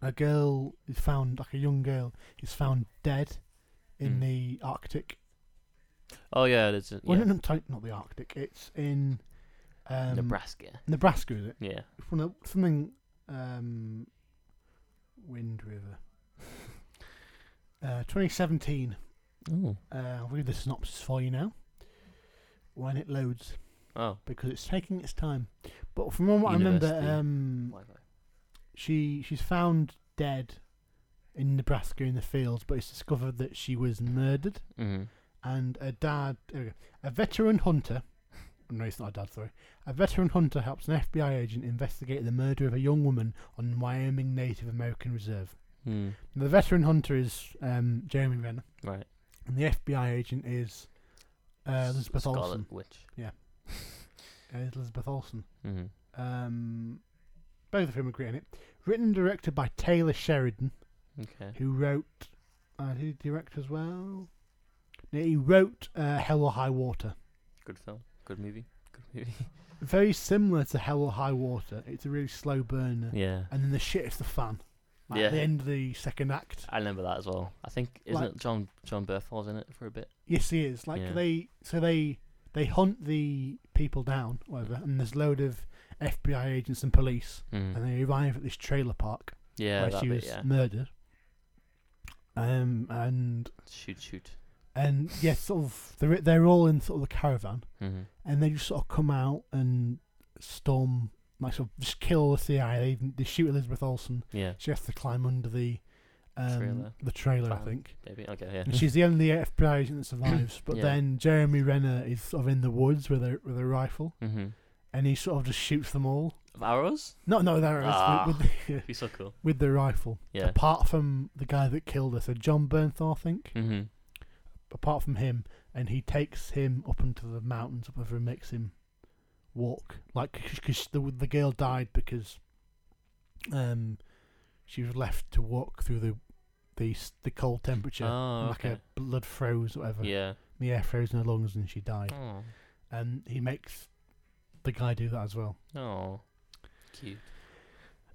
a girl is found like a young girl is found dead in Mm. the Arctic. oh yeah, it's yeah. Well, no, no, sorry, not the Arctic. It's in um, Nebraska. Nebraska, is it? Yeah. It's one of- something um, Wind River. Uh, 2017. Oh. Uh, I'll read the synopsis for you now. When it loads. Oh. because it's taking its time. But from what I remember, University. um, she she's found dead in Nebraska in the fields, but it's discovered that she was murdered, Mm-hmm. and her dad, there we go. a veteran hunter. No, it's not a dad. Sorry, a veteran hunter helps an FBI agent investigate the murder of a young woman on Wyoming Native American Reserve. Mm. The veteran hunter is um, Jeremy Renner, Right. and the FBI agent is uh, Elizabeth Scarlet Olsen. Witch. Uh, Elizabeth Olsen. Mm-hmm. Um, both of whom agree on it. Written and directed by Taylor Sheridan, Okay. who wrote. Uh, who direct as well? No, he wrote uh, Hell or High Water. Good film. Good movie. Good movie. Very similar to Hell or High Water. It's a really slow burner. yeah. And then the shit hits the fan. Like, Yeah. At the end of the second act. I remember that as well. I think isn't Like- it John John Berthold's in it for a bit? Yes, he is. Like Yeah. they, so they, they hunt the people down, whatever. And there's a load of FBI agents and police, Mm. and they arrive at this trailer park Yeah, where that she bit. was Yeah. murdered. Um, and Shoot, shoot. and yeah, sort of they're they're all in sort of the caravan, Mm-hmm. and they just sort of come out and storm, like sort of just kill the CIA. They, even, they shoot Elizabeth Olsen. Yeah. She has to climb under the um, Trailer. the trailer, I Van. think. Maybe. Okay. Yeah. And she's the only FBI agent that survives. But Yeah. then Jeremy Renner is sort of in the woods with a with a rifle, Mm-hmm. and he sort of just shoots them all. Of arrows? No, no, there it is Ah. with, with, the, Be so cool. with the rifle. Yeah. Apart from the guy that killed her, so John Bernthal, I think. Mm-hmm. apart from him, and he takes him up into the mountains, whatever, and makes him walk. Like, because the the girl died because um she was left to walk through the the s- the cold temperature, Oh, and, like okay. a blood froze, or whatever. Yeah. The air froze in her lungs, and she died. Oh. And he makes the guy do that as well. Oh. Cute.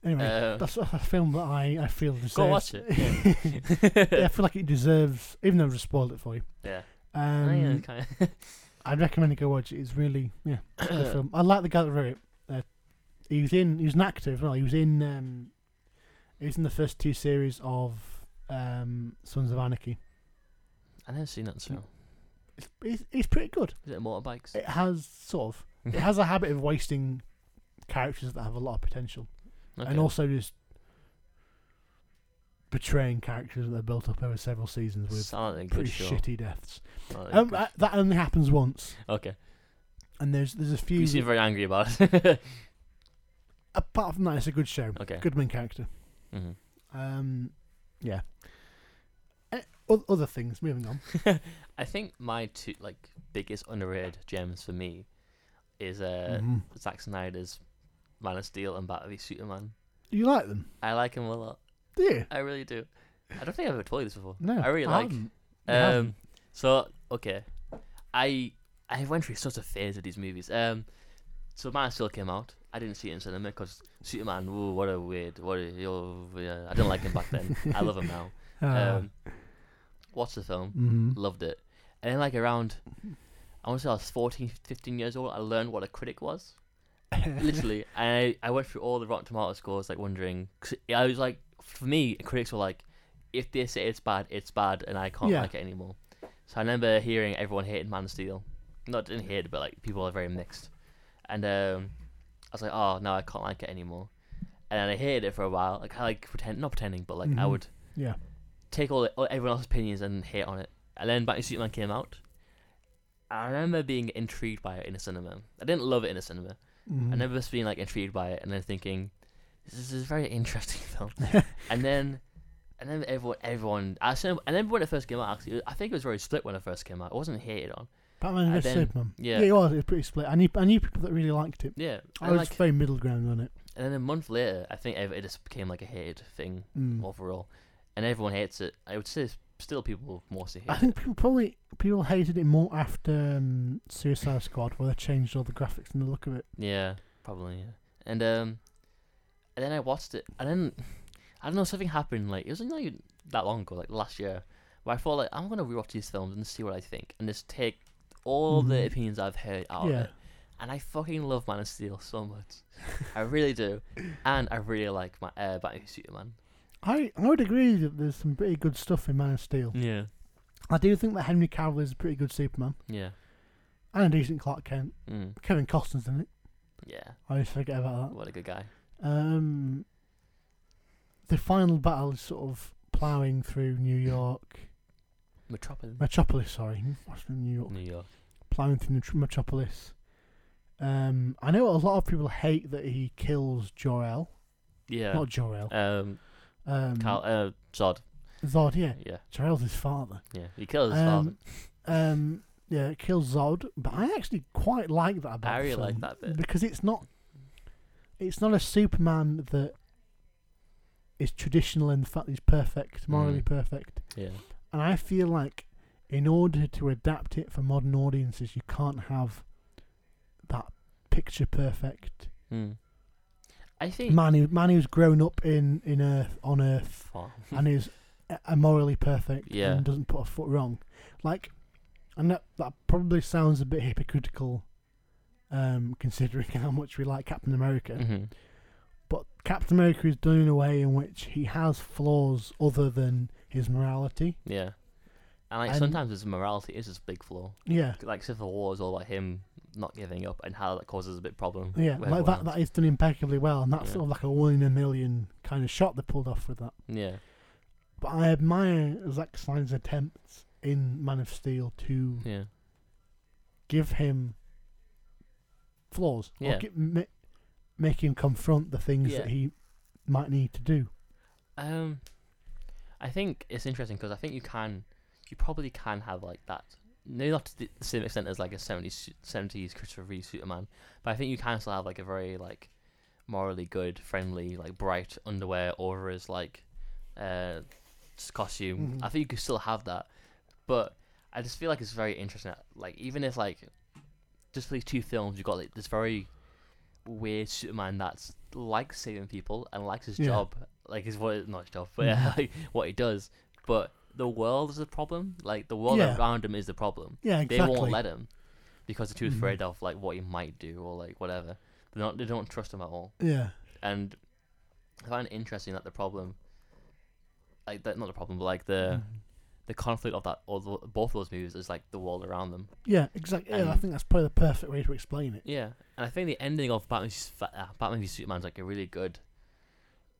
Anyway, Uh, that's a film that I I feel deserves. Go watch it. Yeah. I feel like it deserves, even though I've just spoiled it for you. Yeah. Um, I, uh, kinda- I'd recommend you go watch it. It's really yeah, it's a good film. I like the guy that wrote it. Uh, he was in. He was an actor as well. He was in um, It was in the first two series of um, Sons of Anarchy. I've never seen that show. It's, it's, it's pretty good. Is it motorbikes? It has sort of it has a habit of wasting characters that have a lot of potential, Okay. and also just betraying characters that they built up over several seasons with Sound like a pretty good show. shitty deaths. Sound like a Um, good- uh, that only happens once, okay. and there's there's a few. You seem very angry about it. apart from that, it's a good show. okay. Good main character. Mhm. Um, yeah. Eh, oth- Other things. Moving on. I think my two like biggest underrated gems for me is uh Mhm. Zack Snyder's Man of Steel and Batman v Superman. You like them, I like him a lot. do you? I really do. I don't think I've ever told you this before. No, I really like. haven't. You haven't. Um, so okay, I I went through such a phase of these movies. Um, so Man of Steel came out. I didn't see it in cinema because Superman. Ooh, what a weird. What a, oh, yeah, I didn't like him back then. I love him now. Ah, Um, watched the film. mhm. Loved it. And then like around, I want to say I was 14, 15 years old. I learned what a critic was. Literally, and I, I went through all the Rotten Tomato scores, like wondering. 'cause I was like, for me, critics were like, if they say it's bad, it's bad, and I can't Yeah. like it anymore. So I remember hearing everyone hated Man of Steel. Not didn't hate, it, but like people are very mixed. And um, I was like, oh no, I can't like it anymore. And then I hated it for a while, like I like pretend, not pretending, but like I Mhm. would yeah. take all, all everyone else's opinions and hate on it. And then Batman Superman came out. I remember being intrigued by it in a cinema. I didn't love it in a cinema. Mhm. I remember just being like intrigued by it and then thinking, this is a very interesting film. and then, and then everyone, everyone, I assume, and then when it first came out, actually, I think it was very split when it first came out. It wasn't hated on. Batman and vs then- Superman. yeah. it was. It was pretty split. I knew I knew people that really liked it. Yeah. I And, was like, very middle ground on it. and then a month later, I think ev- it just became like a hated thing Mm. overall. And everyone hates it. I would say s- still people mostly I hate it. think people probably people hated it more after um, Suicide Squad, where they changed all the graphics and the look of it. Yeah, probably. Yeah. And um, and then I watched it, and then I don't know something happened. Like it wasn't like that long ago, like last year, where I thought like I'm gonna rewatch these films and see what I think, and just take all the Mhm. opinions I've heard out of yeah, it. And I fucking love Man of Steel so much, I really do, and I really like my uh, Batman v Superman. I I would agree that there's some pretty good stuff in Man of Steel. Yeah, I do think that Henry Cavill is a pretty good Superman yeah, and a decent Clark Kent. mm. Kevin Costner's in it. yeah. I always forget about What a good guy. that. Um, the final battle is sort of ploughing through New York, Metropolis, Metropolis. Sorry, what's in New York? New York. plowing through Metro- Metropolis. Um, I know a lot of people hate that he kills Jor El, Yeah. not Jor El. um, Um, Cal, uh, Zod. Zod, yeah, Yeah, Jor El's his father. yeah. He kills his father. Um, um, yeah, kills Zod, but I actually quite like that about. I the really like film, that bit. because it's not, it's not a Superman that is traditional in the fact he's perfect, morally Mhm. perfect, Yeah. and I feel like in order to adapt it for modern audiences, you can't have that picture perfect Mm. I think man who man who's grown up in in Earth on Earth farm. and is a- a morally perfect Yeah. and doesn't put a foot wrong. Like, and that that probably sounds a bit hypocritical, um, considering how much we like Captain America. Mhm. But Captain America is done in a way in which he has flaws other than his morality. Yeah. And like And- sometimes his morality is his big flaw. Yeah. Like Civil War is all about him not giving up and how that causes a big problem. Yeah, with like that, everyone that else. is done impeccably well, and that's Yeah. sort of like a one in a million kind of shot they pulled off with that. Yeah. But I admire Zack Snyder's attempts in Man of Steel to Yeah. give him flaws Yeah. or gi- ma- make him confront the things Yeah. that he might need to do. Um, I think it's interesting because I think you can, you probably can have like that. Maybe not to the the same extent as like a 70s, 70s Christopher Reeve Superman, but I think you can still have like a very like morally good, friendly, like bright underwear over his like uh s- costume. Mhm. I think you could still have that, but I just feel like it's very interesting. that, Like even if like just for these two films, you've got like this very weird Superman that's likes saving people and likes his Yeah. Mm-hmm. job, like his what not his job, but yeah, like what he does. But the world is the problem. Like the world Yeah. around him is the problem. Yeah, They exactly. won't let him because they're too Mhm. afraid of like what he might do or like whatever. They don't. They don't trust him at all. yeah, And I find it interesting that the problem, like that, not the problem, but like the Mm-hmm. the conflict of that all tho- both of those movies is like the world around them. Yeah, exactly. Yeah, I And- think that's probably the perfect way to explain it. Yeah, and I think the ending of Batman v Su- uh, Batman v Superman's like a really good.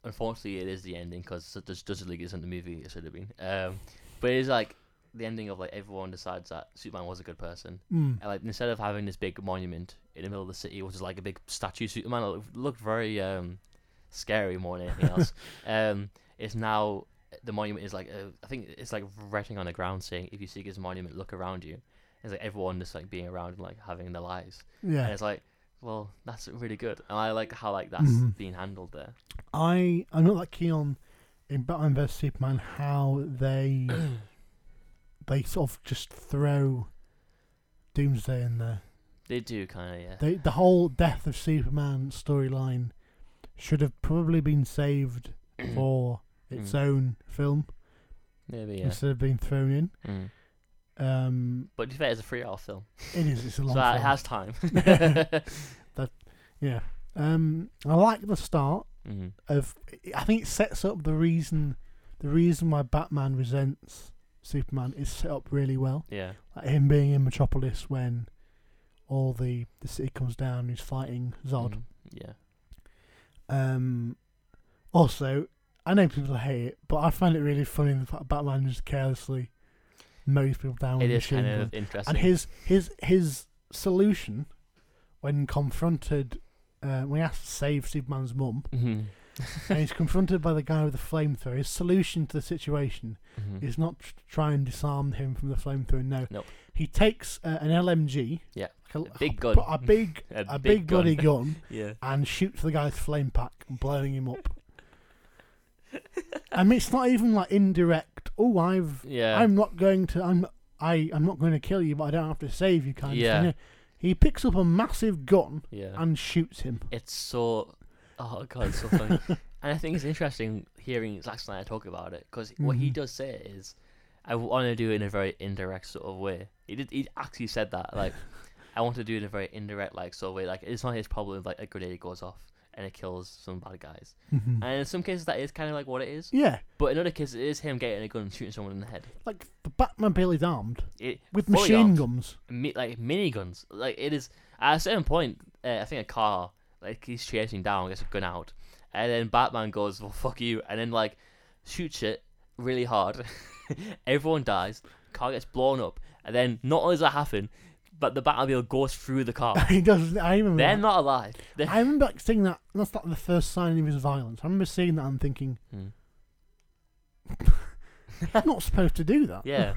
Unfortunately, it is the ending because Justice League isn't the movie it should have been. Um, but it is like the ending of like everyone decides that Superman was a good person. Mm. And, like instead of having this big monument in the middle of the city, which is like a big statue, Superman it looked very um, scary more than anything else. um, it's now the monument is like uh, I think it's like writing on the ground saying, "If you seek his monument, look around you." It's like everyone just like being around and like having their lives, Yeah. and it's like, well, that's really good, and I like how like that's Mhm. being handled there. I I'm not that keen on in Batman vs Superman how they they sort of just throw Doomsday in there. They do kind of yeah. They, the whole death of Superman storyline should have probably been saved for its Mm. own film Maybe yeah. instead of being thrown in. Mm. Um, But to be fair, it's a three-hour film, it is. It's a so long. that- it film. has time. mm. Yeah. Um, I like the start of. I think it sets up the reason. The reason why Batman resents Superman is set up really well. Yeah. Like him being in Metropolis when all the the city comes down, and he's fighting Zod. Mm. Yeah. Um, also, I know people hate it, but I find it really funny the fact Batman just carelessly mows people down with It a is machine kind gun. of interesting. And his his his solution when confronted, uh, when he has to save Superman's mum, Mhm. and he's confronted by the guy with the flamethrower, his solution to the situation Mhm. is not to try and disarm him from the flamethrower. No, Nope. he takes uh, an LMG, Yeah, like a big a, gun. a big A a big, big gun. bloody gun, Yeah. and shoots the guy's flame pack, blowing him up. I mean, it's not even like indirect. Oh, I've Yeah. I'm not going to. I'm. I. I'm not going to kill you, but I don't have to save you. Kind Yeah. of thing. He picks up a massive gun yeah. and shoots him. it's so. Oh god, it's so funny. and I think it's interesting hearing Zack Snyder talk about it because what he Mhm. does say is, "I want to do it in a very indirect sort of way." He did. He actually said that. Like, I want to do it in a very indirect, like sort of way. Like, it's not his problem. if, Like, a grenade goes off and it kills some bad guys. Mm. And in some cases, that is kind of like what it is. Yeah, But in other cases, it is him getting a gun and shooting someone in the head. like the Batmobile is armed It with fully machine armed. guns. mi- like miniguns. Like it is at a certain point, uh, I think a car like he's chasing down, gets a gun out, and then Batman goes, "Well, fuck you," and then like shoots it really hard. Everyone dies. Car gets blown up, and then not only does that happen, but the Batmobile goes through the car. he does. I remember. Oh. They're that. not alive. They're- I remember like, seeing that. That's like the first sign of his violence. I remember seeing that and thinking, Hmm. he's not supposed to do that. yeah,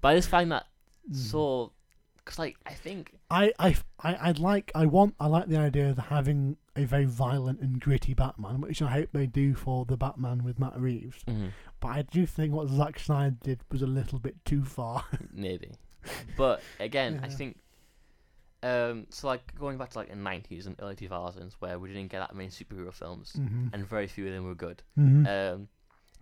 but I just find that Mm. so because like I think I, I, I, I'd like, I want, I like the idea of having a very violent and gritty Batman, which I hope they do for the Batman with Matt Reeves. But I do think what Zack Snyder did was a little bit too far. maybe. But again, I Yeah. think um, so. Like going back to like the nineties and early two thousands, where we didn't get that many superhero films, mm-hmm. and very few of them were good. Mm-hmm. Um,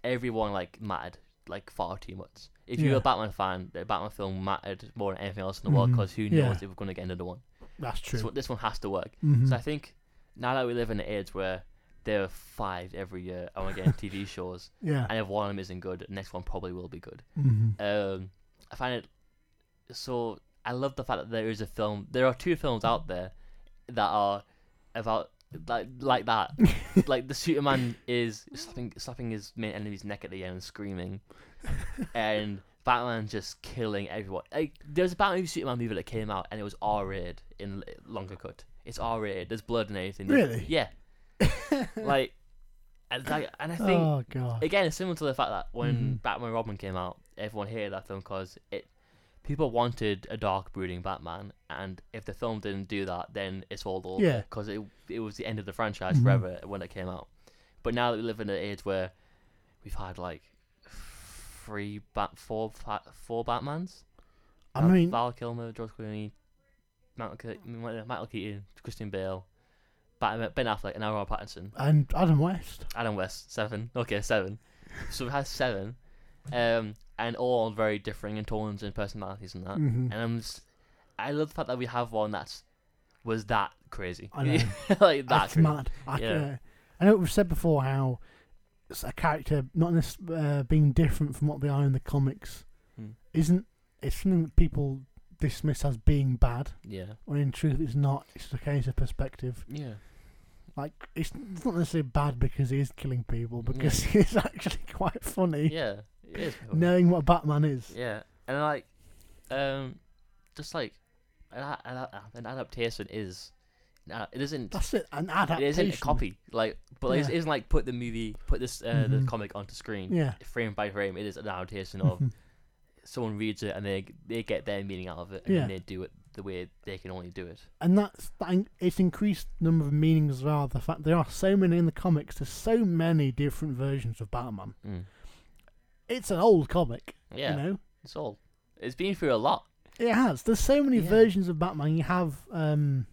everyone like mattered like far too much. If you were Yeah. a Batman fan, the Batman film mattered more than anything else in the world Mhm. 'cause world because who Yeah. knows if we're going to get another one? That's true. So this one has to work. Mhm. So I think now that we live in an age where there are five every year and we're getting TV shows, yeah. and if one of them isn't good, the next one probably will be good. Mm-hmm. Um, I find it so. I love the fact that there is a film. There are two films out there that are about like like that. Mm-hmm. like the Superman is slapping slapping his main enemy's neck at the end and screaming, and Batman just killing everyone. Like there's a Batman v Superman movie that came out and it was R rated in l- longer cut. It's R rated. There's blood and everything. Really? Yeah. like, and, like, and I think oh god. again, it's similar to the fact that when Mhm. Batman and Robin came out, everyone hated that film because it people wanted a dark, brooding Batman, and if the film didn't do that, then it's all over Yeah. because it it was the end of the franchise Mhm. forever when it came out. But now that we live in an age where we've had like three, bat, four, fa- four Batmans. I Val- mean, Val Kilmer, George Clooney, Michael, Ke- Michael Keaton, Christian Bale, Batman, Ben Affleck, and Robert Pattinson. and Adam West. Adam West, seven. Okay, seven. So we have seven, um, and all very differing in tones and personalities and that. Mm-hmm. And I'm, just, I love the fact that we have one that's was that crazy, I know. like that. That's crazy. mad. I, Yeah. yeah. I know we've said before how it's a character not necess- uh, being different from what they are in the comics Hmm. isn't. It's something that people dismiss as being bad, Yeah. when in truth it's not. It's just a case of perspective. Yeah. Like it's, it's not necessarily bad because he is killing people, Yeah. because it's actually quite funny Yeah. It is. pretty funny. knowing what Batman is. Yeah, and like, um, just like, an, a- an, a- an adaptation is, an a- it isn't. That's it, an It adaptation. isn't a copy, like, but like, it Yeah. isn't like put the movie, put this uh, the Mhm. comic onto screen, Yeah. frame by frame. It is an adaptation of Mhm. someone reads it and they they get their meaning out of it, and Yeah. then they do it the way they can only do it. and that's that in- it's increased number of meanings as well. The fact there are so many in the comics, there's so many different versions of Batman. Mm. It's an old comic, you Yeah, know. it's all. It's been through a lot. It has. There's so many Yeah. versions of Batman. You have um,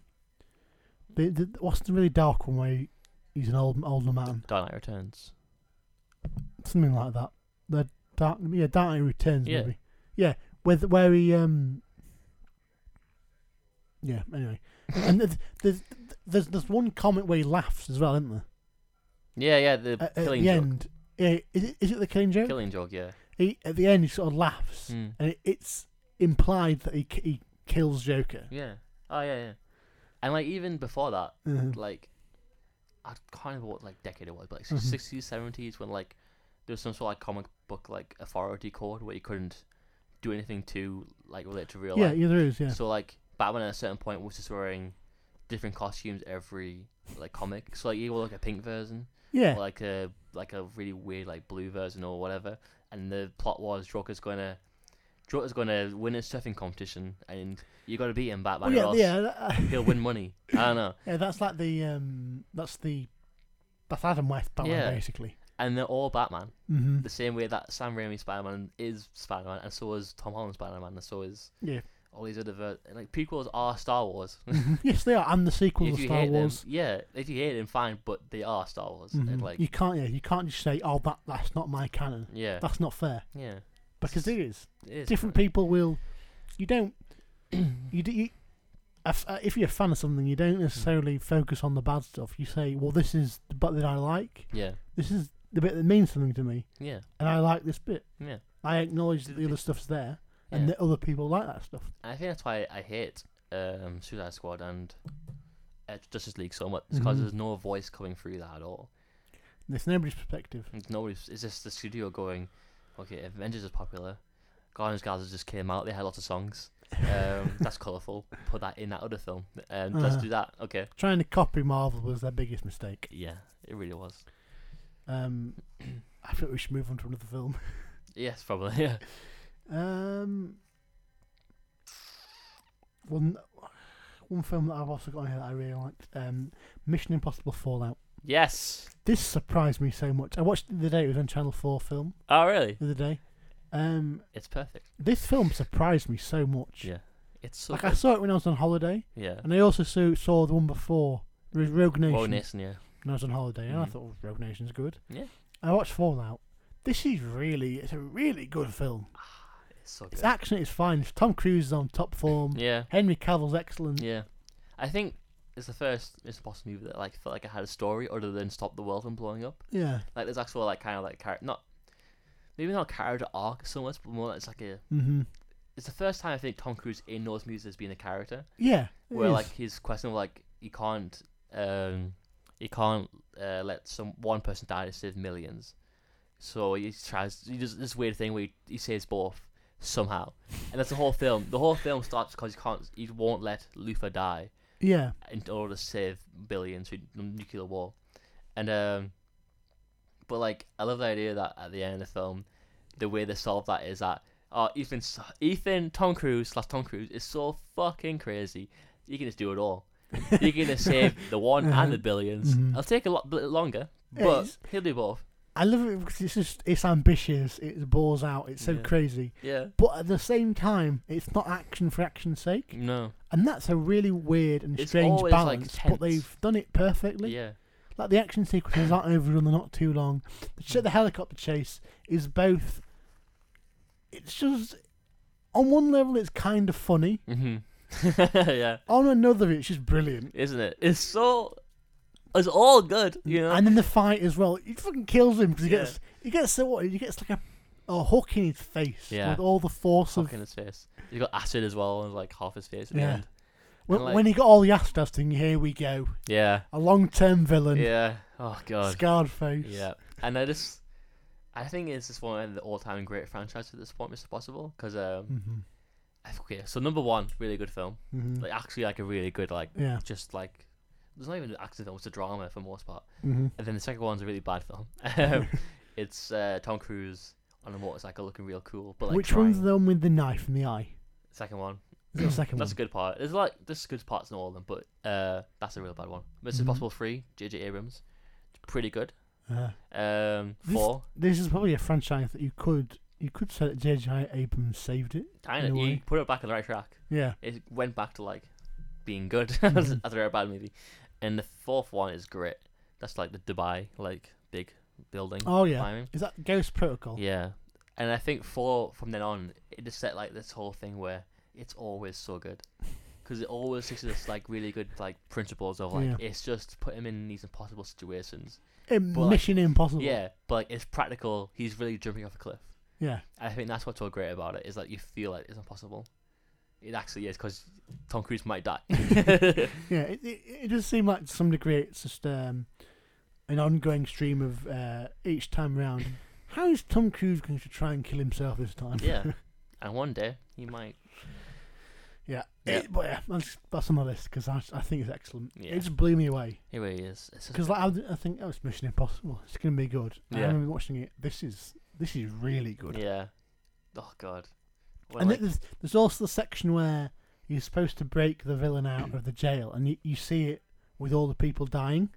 the, the what's the really dark one where he's an old older man, Dark Knight Returns. something like that. The dark, yeah, Dark Knight Returns Yeah. maybe. Yeah, where the- where he um. Yeah. Anyway, and there's, there's there's there's one comic where he laughs as well, isn't there? Yeah, yeah, the at, at killing the joke. end. Uh, Yeah, is it, is it the killing joke? Killing joke, yeah. He, at the end, he sort of laughs, Mm. and it, it's implied that he, k- he kills Joker. Yeah. Oh yeah, yeah. And like even before that, Mhm. like I can't remember what like decade it was, but like Mhm. sixties, seventies, when like there was some sort of like comic book like authority code where you couldn't do anything to like relate to real Yeah, life. yeah, there is. Yeah, So like Batman at a certain point was just wearing different costumes every like comic. So like you will like a pink version, yeah, or like a like a really weird like blue version or whatever. And the plot was Joker's gonna Joker's gonna win a surfing competition, and you gotta beat him, Batman. well, yeah, or else yeah, that- He'll win money. I don't know. yeah. That's like the um, that's the that's Adam West Batman Yeah. basically. And they're all Batman. Mm-hmm. the same way that Sam Raimi Spider Man is Spider Man, and so is Tom Holland Spider Man, and so is Yeah. all these other ver- like prequels are Star Wars. yes, they are, and the sequels if of you Star hate Wars. them, yeah, if you hate them, fine, but they are Star Wars. Mhm. And like, you can't, yeah, you can't just say, "Oh, that that's not my canon." yeah, That's not fair yeah, because it is. it different is different. people will you don't you do you, a f- uh, if you're a fan of something you don't necessarily focus on the bad stuff you say well this is the bit that i like Yeah, this is the bit that means something to me yeah, and i like this bit yeah. i acknowledge that Th- the other stuff's there yeah. and that other people like that stuff I think that's why I hate um, Suicide Squad and uh, Justice League so much because Mhm. there's no voice coming through that at all. it's nobody's perspective It's Nobody's. It's just the studio going, okay, Avengers is popular. Guardians of the Galaxy just came out. They had lots of songs. Um, that's colourful. Put that in that other film. Um, Let's Uh-huh. do that. Okay. trying to copy marvel was their biggest mistake Yeah, it really was. um i think we should move on to another film Yes, probably. Yeah. um one one film that i've also got on here that i really liked um mission impossible fallout Yes. This surprised me so much. I watched it the other day. It was on Channel Four film Oh, really? the other day. Um, It's perfect. this film surprised me so much. Yeah. It's so. Like I good. saw it when I was on holiday, yeah. and I also saw, saw the one before it was Rogue Nation. Well, Nathan, yeah. When I was on holiday, and I Mhm. thought oh, Rogue Nation's good. Yeah. I watched Fallout. This is really it's a really good film. It's so good. Its action is fine. It's Tom Cruise is on top form. yeah. Henry Cavill's excellent. Yeah. I think it's the first Mission Impossible movie that like felt like I had a story other than stop the world from blowing up. Yeah. Like there's actual like kind of like character not. Maybe not character arc so much, but more like it's like a Mm-hmm. it's the first time I think Tom Cruise in those movies has been a character. Yeah. it Where is. like his question of like he can't um he can't uh, let some one person die to save millions. So he tries he does this weird thing where he, he saves both somehow. And that's the whole film. The whole film starts because he can't he won't let Luthor die yeah. in order to save billions through n- nuclear war. And um but like I love the idea that at the end of the film, the way they solve that is that uh Ethan s- Ethan Tom Cruise slash Tom Cruise is so fucking crazy. You can just do it all. You're gonna save the one and the 1000000000s Mhm. It'll take a lot bit longer, Yeah, but it's- he'll do both. I love it because it's just it's ambitious. It balls out. It's so Yeah. crazy. Yeah. But at the same time, it's not action for action's sake, No. and that's a really weird and Mm. It's strange always, like, balance. tense. but they've done it perfectly. Yeah. Like the action sequences aren't overrun; they're not too long. The, ch- the helicopter chase is both. It's just, on one level, it's kind of funny. Mhm. yeah. On another, it's just brilliant. Isn't it? It's so It's all good, you know. And in the fight as well, he fucking kills him because he Yeah. gets he gets so what he gets like a, a hook in his face Yeah. with all the force Fuck of in his face. He's got acid as well, and like half his face. At Yeah. The end. when, and, like- when he got all the ass testing. Here we go, Yeah. a long term villain, Yeah. Oh god. scarred face. Yeah. And I just, I think it's just one of the all-time great franchises at this point, Mr. Possible, because um, hmm I- okay, so number one, really good film. hmm Like actually, like a really good like, yeah. just like, there's not even an action film. It's a drama for the most part. hmm And then the second one's a really bad film. it's uh, Tom Cruise on a motorcycle looking real cool, but like Which trying. one's the one with the knife in the eye? second one? Is it the second That's a one? good part. There's like there's good parts in all of them, but uh, that's a real bad one. Mrs. Mhm. Possible three, J.J. Abrams, it's pretty good. Uh, Um, This- four, this is probably a franchise that you could you could say that J.J. Abrams saved it. kind in of a you way. put it back on the right track. Yeah. It went back to like being good as- Mhm. after a bad movie, and the fourth one is great. That's like the Dubai like big building Oh yeah. climbing. Is that Ghost Protocol? Mm, Yeah, and I think four from then on, it just set like this whole thing where it's always so good, because it always sticks to this like really good like principles of like Yeah. it's just put him in these impossible situations. In But, like, Mission Impossible. Yeah, but like, it's practical. He's really jumping off a cliff. Yeah. And I think that's what's so great about it is that you feel like it's impossible. It actually is because Tom Cruise might die. Yeah, it, it, it does seem like to some degree it's just um, an ongoing stream of uh, each time round. How is Tom Cruise going to try and kill himself this time? yeah, and one day he might. yeah. Yeah. It- but yeah, that's, that's on my list because I, I think it's excellent. Yeah. It just blew me away Here he is. It's just- because like, I, d- I think oh, it's Mission Impossible. It's going to be good. And Yeah. I remember watching it. This is this is really good. yeah. Oh God. Well, and like- there's there's also the section where you're supposed to break the villain out of the jail, and you, you see it with all the people dying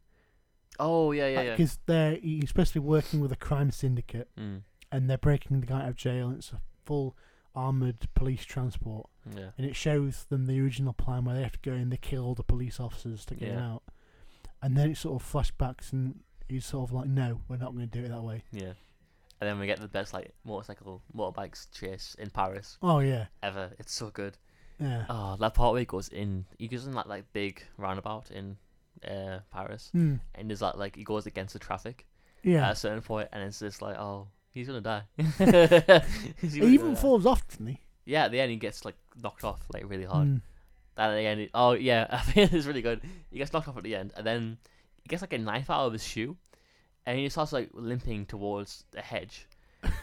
oh yeah, yeah, yeah. because they're you're supposed to be working with a crime syndicate. Mm, and they're breaking the guy out of jail. And it's a full armored police transport, yeah. and it shows them the original plan where they have to go in, they kill all the police officers to get him Yeah. out, and then it sort of flashbacks, and he's sort of like, "No, we're not going to do it that way." Yeah. And then we get the best like motorcycle motorbikes chase in Paris Oh yeah, ever. It's so good. yeah. Oh, that part where he goes in he goes in that like big roundabout in uh Paris Hmm. and there's like like he goes against the traffic Yeah, at a certain point and it's just like, Oh, he's gonna die. He's he gonna even die. falls off, doesn't he? Yeah, at the end he gets like knocked off like really hard. Mm. And at the end he- oh yeah, I think it's really good. He gets knocked off at the end and then he gets like a knife out of his shoe and he starts like limping towards the hedge.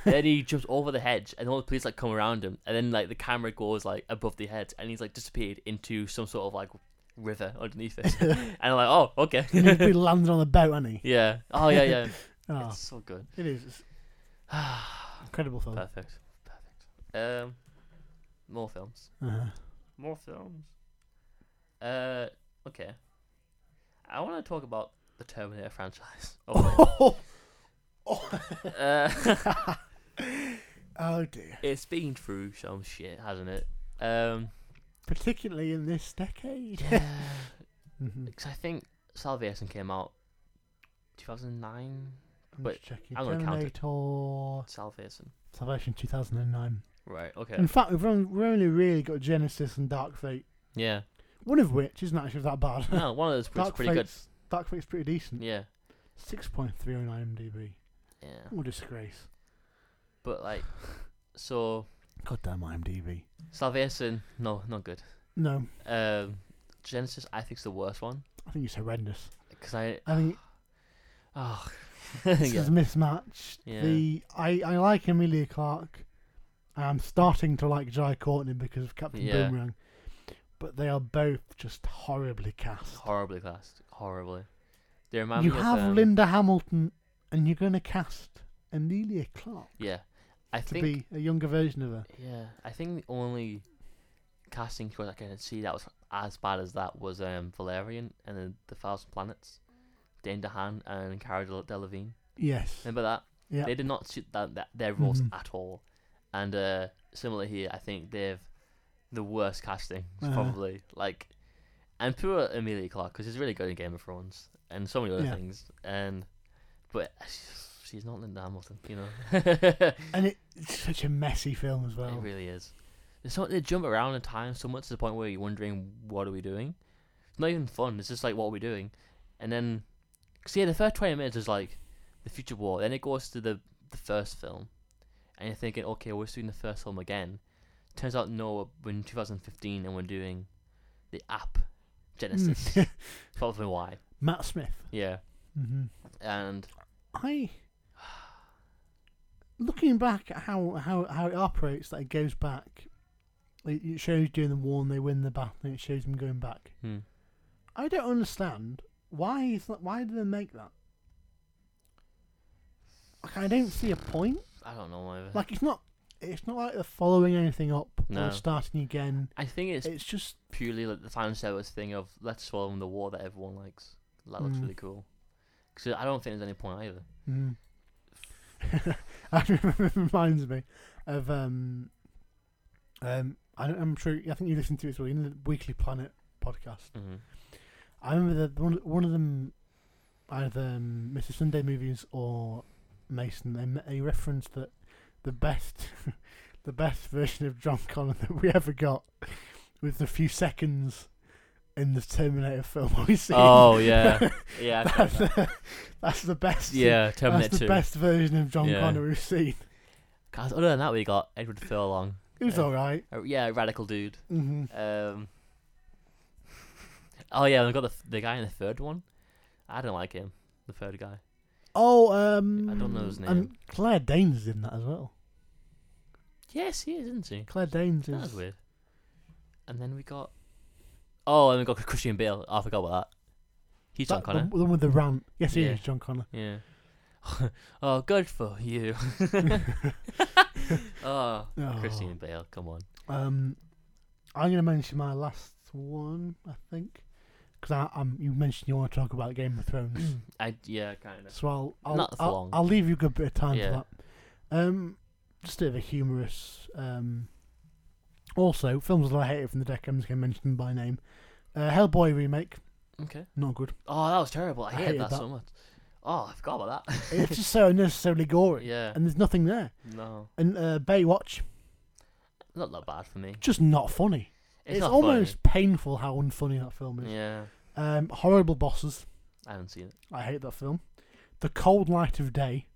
then he jumps over the hedge, and all the police like come around him, and then like the camera goes like above the head, and he's like disappeared into some sort of like river underneath it. Hmm. and I'm like, oh, okay, and he's been landed on the boat, hasn't he? yeah, oh yeah, yeah, Oh, it's so good, it is it's incredible film. perfect, perfect. Um, more films, Uh-huh. more films. Uh, okay, I want to talk about the Terminator franchise. Oh, Oh, wait. uh. Oh, dear! it's been through some shit, hasn't it? Um, Particularly in this decade. yeah. Mhm. Because I think Salvation came out 2009. I'm But just checking. I'm gonna count it. Terminator Salvation. Salvation 2009. Right. Okay. In fact, we've only, we've only really got Genesis and Dark Fate, Yeah. one of which isn't actually that bad. No, one of those was Dark pretty good. Fate's, Dark Fate's pretty decent. Yeah. 6.3 on IMDb. Yeah. What a disgrace. But like, so Goddamn IMDb. Salvation, no, not good. No, Um, Genesis, I think's the worst one I think it's horrendous. because I, I think oh, this yeah. is mismatched. Yeah. The I, I like Amelia Clark. I'm starting to like Jai Courtney because of Captain Yeah. Boomerang. But they are both just horribly cast. horribly cast, horribly. They remind you me have of, um, Linda Hamilton, and you're going to cast Amelia Clark Yeah, I to think Um, be a younger version of her. Yeah, I think the only casting choice I can see that was as bad as that was um, Valerian and then the Thousand Planets, Dane DeHaan and Cara Del- Delevingne. Yes. Remember that? Yeah. They did not suit that, that their roles Mhm. at all. And uh, similar here, I think they've the worst casting Uh-huh. probably. Like, and poor Amelia Clark because she's really good in Game of Thrones and so many other Yeah. things. And but she's not Linda Hamilton, you know. And it, it's such a messy film as It well. really is. It's not they jump around in time so much to the point where you're wondering what are we doing. It's not even fun. It's just like what are we doing, and then Because yeah, the first twenty minutes is like the future war. Then it goes to the the first film, and you're thinking, okay, we're just doing the first film again. Turns out no, we're in 2015 and we're doing the app Genesis. Hmm. Probably why. Matt Smith. Yeah, Mm-hmm. and I looking back at how how how it operates, that it goes back. It, it shows during the war and they win the battle, and it shows them going back. hmm, I don't understand why is that, why do they make that? Like I don't see a point. I don't know. Either. Like it's not it's not like they're following anything up No. or starting again. I think it's It's just purely like the fan service thing of let's show them the war that everyone likes. That looks Mm. really cool. Because I don't think there's any point either. Mm. Mm-hmm. I remember it reminds me of um, um, I don't, I'm sure I think you listened to it as well in the Weekly Planet podcast. Mm-hmm. I remember that one one of them, either um, Mr. Sunday movies or Mason, they ma- they referenced that the best, the best version of John Connor that we ever got was the few seconds in the Terminator film we see. Oh yeah, yeah, I've heard that's, that. the, that's the best. yeah. Terminator That's the Two. best version of John Yeah. Connor we've seen. 'Cause other than that, we got Edward Furlong. It was Yeah. all right. A, yeah, a radical dude. Mm-hmm. Um. Oh yeah, we got the the guy in the third one. I don't like him. The third guy. Oh, um, I don't know his And Claire Danes is in that as well. Yes, he is, isn't he? Claire Danes That is. was weird. And then we got. Oh, and we got Christian Bale. Oh, I forgot about that. He's John that- Connor. The, the one with the rant. Yes, he Yeah. is John Connor. Yeah. oh, good for you. oh, Oh. Christian Bale, come on. Um, I'm going to mention my last one, I think, because um, you mentioned you want to talk about Game of Thrones, I yeah, kind of. so I'll I'll, Not for I'll, long. I'll leave you a good bit of time Yeah. for that. Um, just a bit of a humorous. Um, also, films that I hated from the deck, I'm just going to mention them by name. Uh, Hellboy remake, Okay. not good. Oh, that was terrible. I, hated, hated that, that. so much. Oh, I forgot about it's that. just so unnecessarily gory, yeah. and there's nothing there. No, And uh, Baywatch, not that bad for me. just not funny. It's, It's, not almost painful how unfunny that film is. Funny. Yeah, Um, horrible bosses. I haven't seen it. I hate that film. The Cold Light of Day.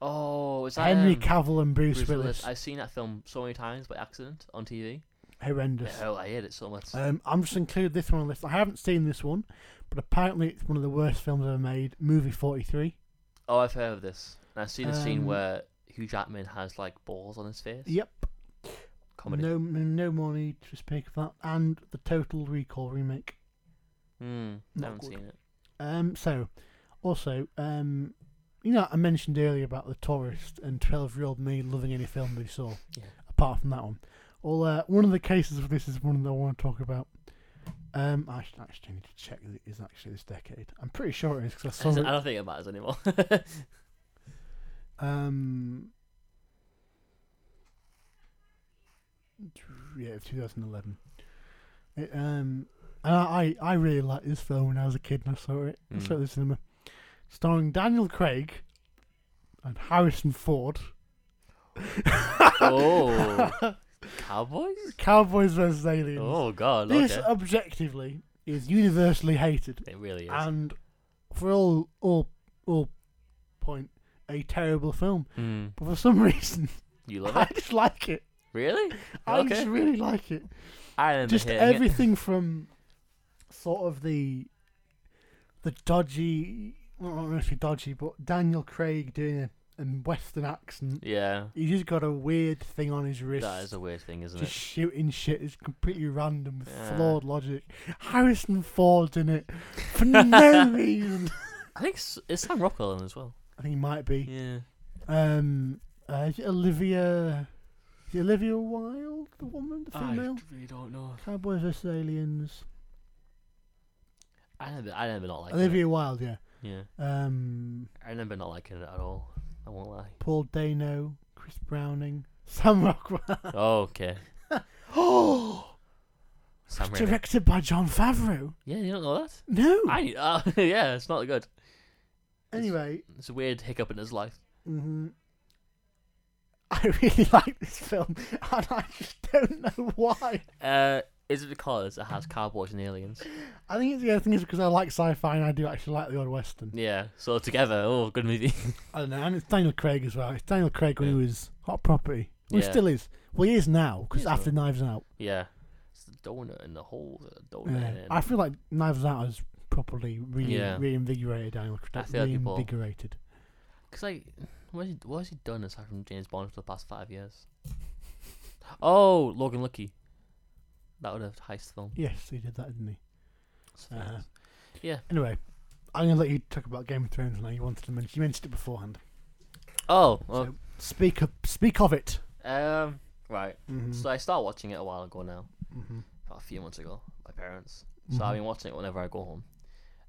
Oh, is that Henry um, Cavill and Bruce, Bruce Willis. I've seen that film so many times by accident on TV. Horrendous. Oh, I hate it so much. Um, I'm just include this one on the list. I haven't seen this one, but apparently it's one of the worst films ever made. Movie 43. oh, I've heard of this. And I've seen a scene um, where Hugh Jackman has like balls on his face. Yep. Comedy. No, no more need to speak of that. And the Total Recall remake. Hmm, Not I haven't good. seen it. Um, so, also, um, you know, I mentioned earlier about the tourist and 12 year old me loving any film they saw, Yeah. apart from that one. Well, uh, one of the cases of this is one that I want to talk about. Um, I should actually need to check that it is actually this decade. I'm pretty sure it is because I saw I it. don't think it matters anymore. Um, yeah, it's 2011. It, um, and I, I I really liked this film when I was a kid and I saw it. I Mm. saw it at the cinema. Starring Daniel Craig and Harrison Ford. oh, Cowboys? Cowboys versus Aliens. Oh God, okay. this objectively is universally hated it really is. and for all all all point a terrible film. Hmm, But for some reason You love I it? just like it. Really? I Okay. just really like it. I remember Just hating it. everything from sort of the the dodgy, well, not necessarily dodgy, but Daniel Craig doing a, a Western accent. Yeah. He's just got a weird thing on his wrist. That is a weird thing, isn't just shooting shit is completely random with Yeah. flawed logic. Harrison Ford's in it for no reason. it? I think s- it's Sam Rockwell in as well. I think he might be. Yeah. Um, uh, is it Olivia, is it Olivia Wilde, the woman, the Ah, female. I really don't know. Cowboys vs Aliens. I remember, I remember not liking it. Olivia Wilde, yeah. Yeah. Um, I remember not liking it at all. I won't lie. Paul Dano, Chris Browning, Sam Rockwell. Oh, okay. oh, Sam Raimi. directed by John Favreau. Yeah, you don't know that? No. I knew uh, Yeah, it's not good. anyway, It's a weird hiccup in his life. hmm I really like this film, and I just don't know why. Uh, Is it because it has cowboys and aliens? I think it's the other thing is because I like sci-fi and I do actually like the odd western. Yeah, so together, oh, good movie. I don't know, and it's Daniel Craig as well. It's Daniel Craig when he was hot property. Well, Yeah. He still is. Well, he is now because Yeah. after Knives Out, yeah. It's the donut and the hole, the donut. yeah. and- I feel like Knives Out has properly re- Yeah. reinvigorated Daniel I Craig. feel like people- reinvigorated. Cause like, what has he, what has he done aside from James Bond for the past five years? Oh, Logan Lucky. That would have heist film. Yes, he did that, didn't he? That's fair. Uh-huh. Yeah. Anyway, I'm gonna let you talk about Game of Thrones now. You wanted to mention, you mentioned it beforehand. Oh, well, Speak of, speak of it. um, right. Mm-hmm. So I started watching it a while ago now, mm-hmm. about a few months ago. My parents. So I've been watching it whenever I go home.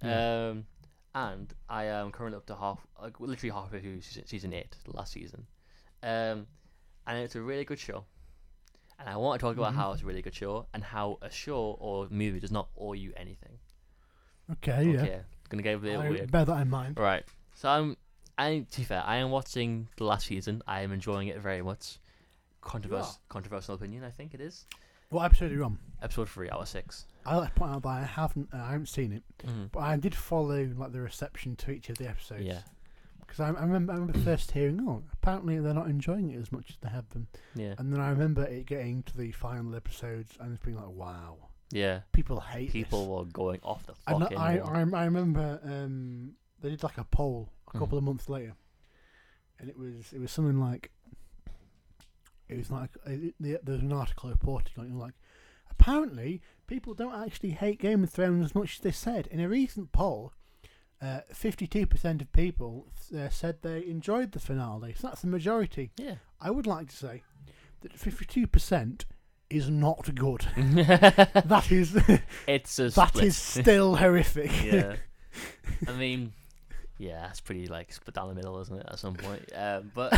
Yeah. Um, and I am currently up to half, like literally halfway through season, season eight, the last season. Um, and it's a really good show. And I want to talk about Mhm. how it's a really good show and how a show or movie does not owe you anything. Mm-hmm. Okay, Oh, yeah. Okay, gonna get a bit I- weird. Bear that in mind. Right. So I'm. I to be fair, I am watching the last season. I am enjoying it very much. Controvers- are? controversial opinion, I think it is. What episode are you on? Episode three, hour six. I like to point out that I haven't, uh, I haven't seen it, Mm. but I did follow like the reception to each of the episodes. Yeah. Because I, I remember, I remember first hearing, oh, apparently they're not enjoying it as much as they have been, Yeah. and then I remember it getting to the final episodes and it's being like, wow, Yeah. people hate People were going off the This. And fucking. I, wall. I, I remember um, they did like a poll Hmm. a couple of months later, and it was it was something like, it was like uh, it, the, there was an article reporting on it, and like. Apparently, people don't actually hate Game of Thrones as much as they said. In a recent poll, uh, 52% of people uh, said they enjoyed the finale, so that's the majority. yeah. I would like to say that 52% is not good. that is it's a that split. is still horrific. yeah. I mean, yeah, that's pretty like split down the middle, isn't it? At some point. Uh, but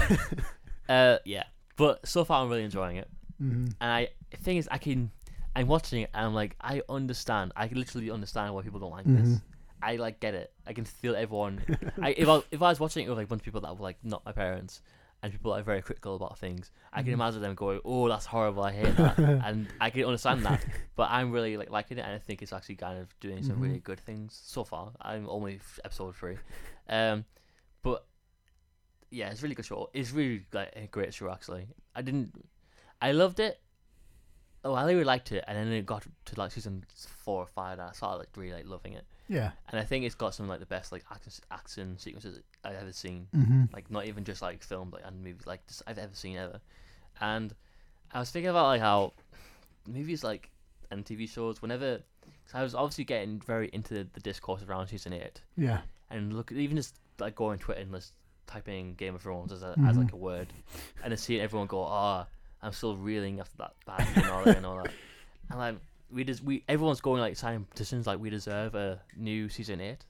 uh, yeah. But so far, I'm really enjoying it. Mhm. and I the thing is I can I'm watching it and I'm like I understand I can literally understand why people don't like this Mhm. I like get it I can feel everyone I if I if I was watching it with like a bunch of people that were like not my parents and people that are very critical about things I can Mhm. imagine them going oh that's horrible I hate that and I can understand that but I'm really like liking it and I think it's actually kind of doing some Mhm. really good things so far I'm only f- episode three um but yeah it's a really good show it's really like a great show actually I didn't I loved it. Oh, I really liked it, and then it got to like season four or five, and I started like really like loving it. yeah. And I think it's got some of, like the best like action action sequences I've ever seen. hmm Like not even just like filmed like and movies like just I've ever seen ever. And I was thinking about like how movies like and TV shows whenever cause I was obviously getting very into the, the discourse around season eight Yeah. and look even just like go on Twitter and just type in Game of Thrones as, a, as like a word, and then seeing everyone go, ah, I'm still reeling after that bad finale and all that, and like we just we everyone's going like signing petitions like we deserve a new season eight.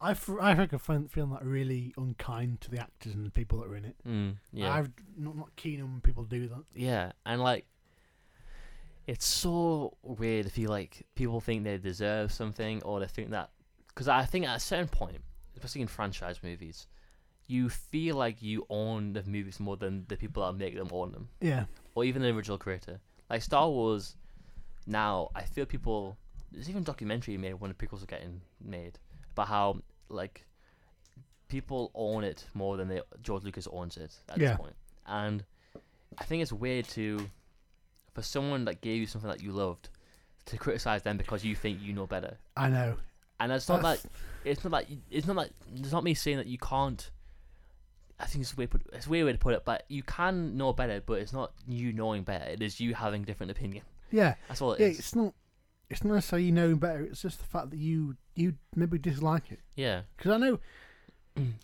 I, f- I think I find feeling like really unkind to the actors and the people that were in it. Mm, yeah, I'm not, not keen on when people do that. yeah, and like. It's so weird if you like people think they deserve something or they think that because I think at a certain point, especially in franchise movies, you feel like you own the movies more than the people that make them own them. Yeah. or even the original creator. Like Star Wars, now I feel people. There's even a documentary made when the prequels were getting made about how like people own it more than they George Lucas owns it at Yeah. this point. And I think it's weird to for someone that gave you something that you loved to criticize them because you think you know better. I know. And it's not that That's- it's not that you- it's not that it's not me saying that you can't. I think it's a way put it's a weird way to put it, but you can know better, but it's not you knowing better. It is you having different opinion. Yeah. That's all it yeah is. it's not. It's not necessarily you know better. It's just the fact that you you maybe dislike it. Yeah, Because I know.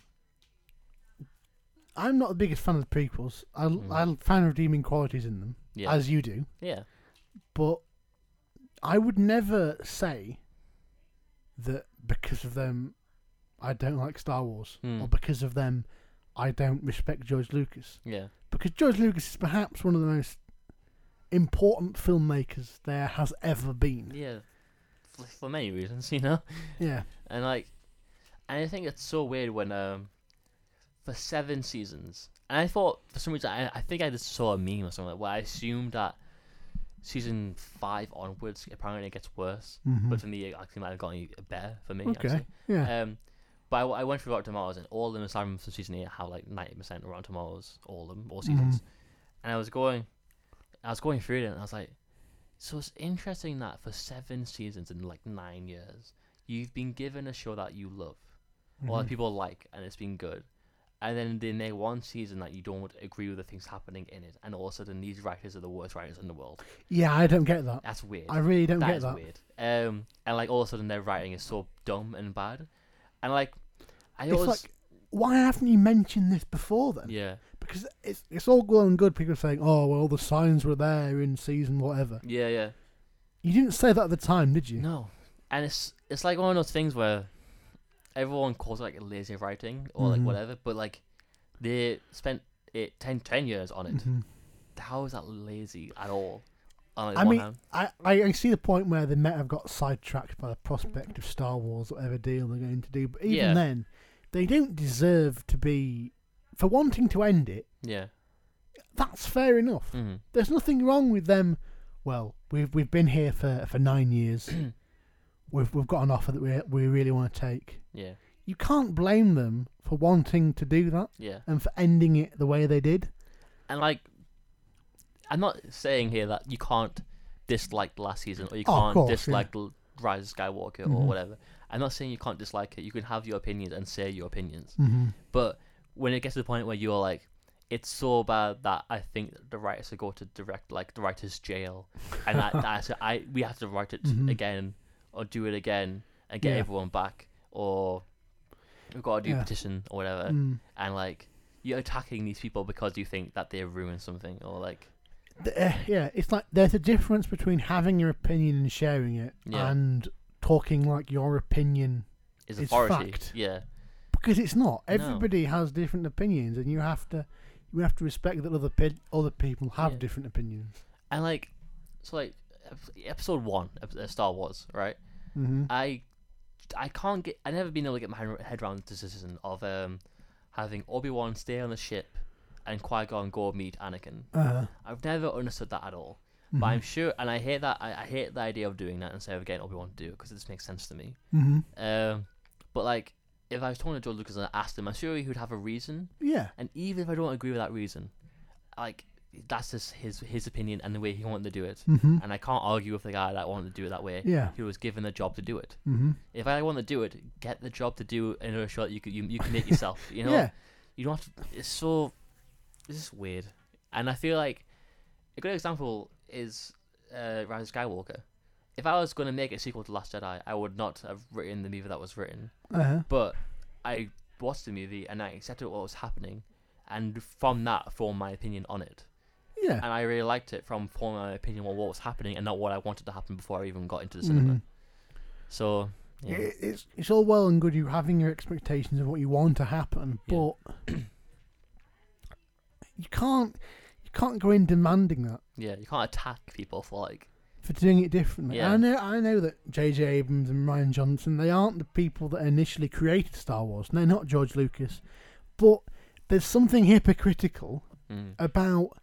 I'm not the biggest fan of the prequels. I Mm. I find redeeming qualities in them, yeah, as you do. yeah, But I would never say that because of them, I don't like Star Wars, Mm. or because of them, I don't respect George Lucas. yeah, Because George Lucas is perhaps one of the most important filmmakers there has ever been. yeah. For, for many reasons, you know. Yeah. And like, and I think it's so weird when um, for seven seasons, and I thought for some reason I, I think I just saw a meme or something where I assumed that season five onwards, apparently it gets worse. hmm But for me, it actually might have gotten better for me. okay. Actually. Yeah. Um, but I, w- I went through Rotten Tomatoes, and all of them, aside from season eight, have like ninety percent Rotten Tomatoes. All of them, all seasons. And I was going, I was going through it, and I was like, so it's interesting that for seven seasons in like nine years, you've been given a show that you love, or that Mhm. people like, and it's been good. And then they make one season that you don't agree with the things happening in it, and all of a sudden these writers are the worst writers in the world. Yeah, I don't get that. That's weird. I really don't That get is that. weird. Um, and like all of a sudden their writing is so dumb and bad, and like I It's always like, uh, why haven't you mentioned this before then? yeah Because it's it's all well and good. People saying, "Oh, well, the signs were there in season whatever." yeah yeah You didn't say that at the time, did you? no, and it's it's like one of those things where everyone calls it like lazy writing or like Mhm. whatever, but like they spent it 10, 10 years on it. Mhm. How is that lazy at all? On like I one mean, hand. I, I I see the point where they may have got sidetracked by the prospect of Star Wars, whatever deal they're going to do. But even Yeah. then, they don't deserve to be for wanting to end it. yeah, That's fair enough. hmm There's nothing wrong with them. Well, we've we've been here for, for nine years. we've we've got an offer that we we really want to take. yeah, You can't blame them for wanting to do that yeah, and for ending it the way they did. and like I'm not saying here that you can't dislike last season or you Oh, of can't course, yeah. dislike L- Rise of Skywalker or Mhm. whatever. I'm not saying you can't dislike it. You can have your opinions and say your opinions. Mm-hmm. But when it gets to the point where you're like, it's so bad that I think the writers will go to direct like the writers' jail, and that, that's I we have to write it Mhm. again or do it again and get Yeah. everyone back, or we've got to do Yeah. petition or whatever, Mm. and like you're attacking these people because you think that they ruined something or like eh, yeah, it's like there's a difference between having your opinion and sharing it Yeah. and talking like your opinion is It's authority. fact. Yeah, because it's not. No. Everybody has different opinions, and you have to you have to respect that other pe- other people have Yeah. different opinions. and like so like ep- episode one, ep- uh, Star Wars, right? Mm-hmm. I I can't get I never been able to get my head- head around the decision of um having Obi Wan stay on the ship and Qui Gon go meet Anakin. Uh, I've never understood that at all. Mm-hmm. But I'm sure, and I hate that. I, I hate the idea of doing that instead of getting Obi Wan to do it because it just makes sense to me. hmm Um, but like, if I was talking to George Lucas and I asked him, I'm sure he would have a reason. Yeah, And even if I don't agree with that reason, like that's just his his opinion and the way he wanted to do it. hmm And I can't argue with the guy that wanted to do it that way. yeah, He was given the job to do it hmm if I want to do it, get the job to do in a shot you could you, you can make yourself. You know, yeah. you don't have to. It's so it's just weird, and I feel like a good example is uh, Rise of Skywalker. If I was going to make a sequel to Last Jedi, I would not have written the movie that was written. Uh-huh. But I watched the movie and I accepted what was happening, and from that formed my opinion on it. Yeah. And I really liked it from forming my opinion on what was happening and not what I wanted to happen before I even got into the cinema. Mhm. So yeah. It, it's it's all well and good you having your expectations of what you want to happen, Yeah. but you can't you can't go in demanding that Yeah, you can't attack people for like. for doing it differently. Yeah. I know I know that J.J. Abrams and Ryan Johnson they aren't the people that initially created Star Wars. and They're not George Lucas, but there's something hypocritical Mm. about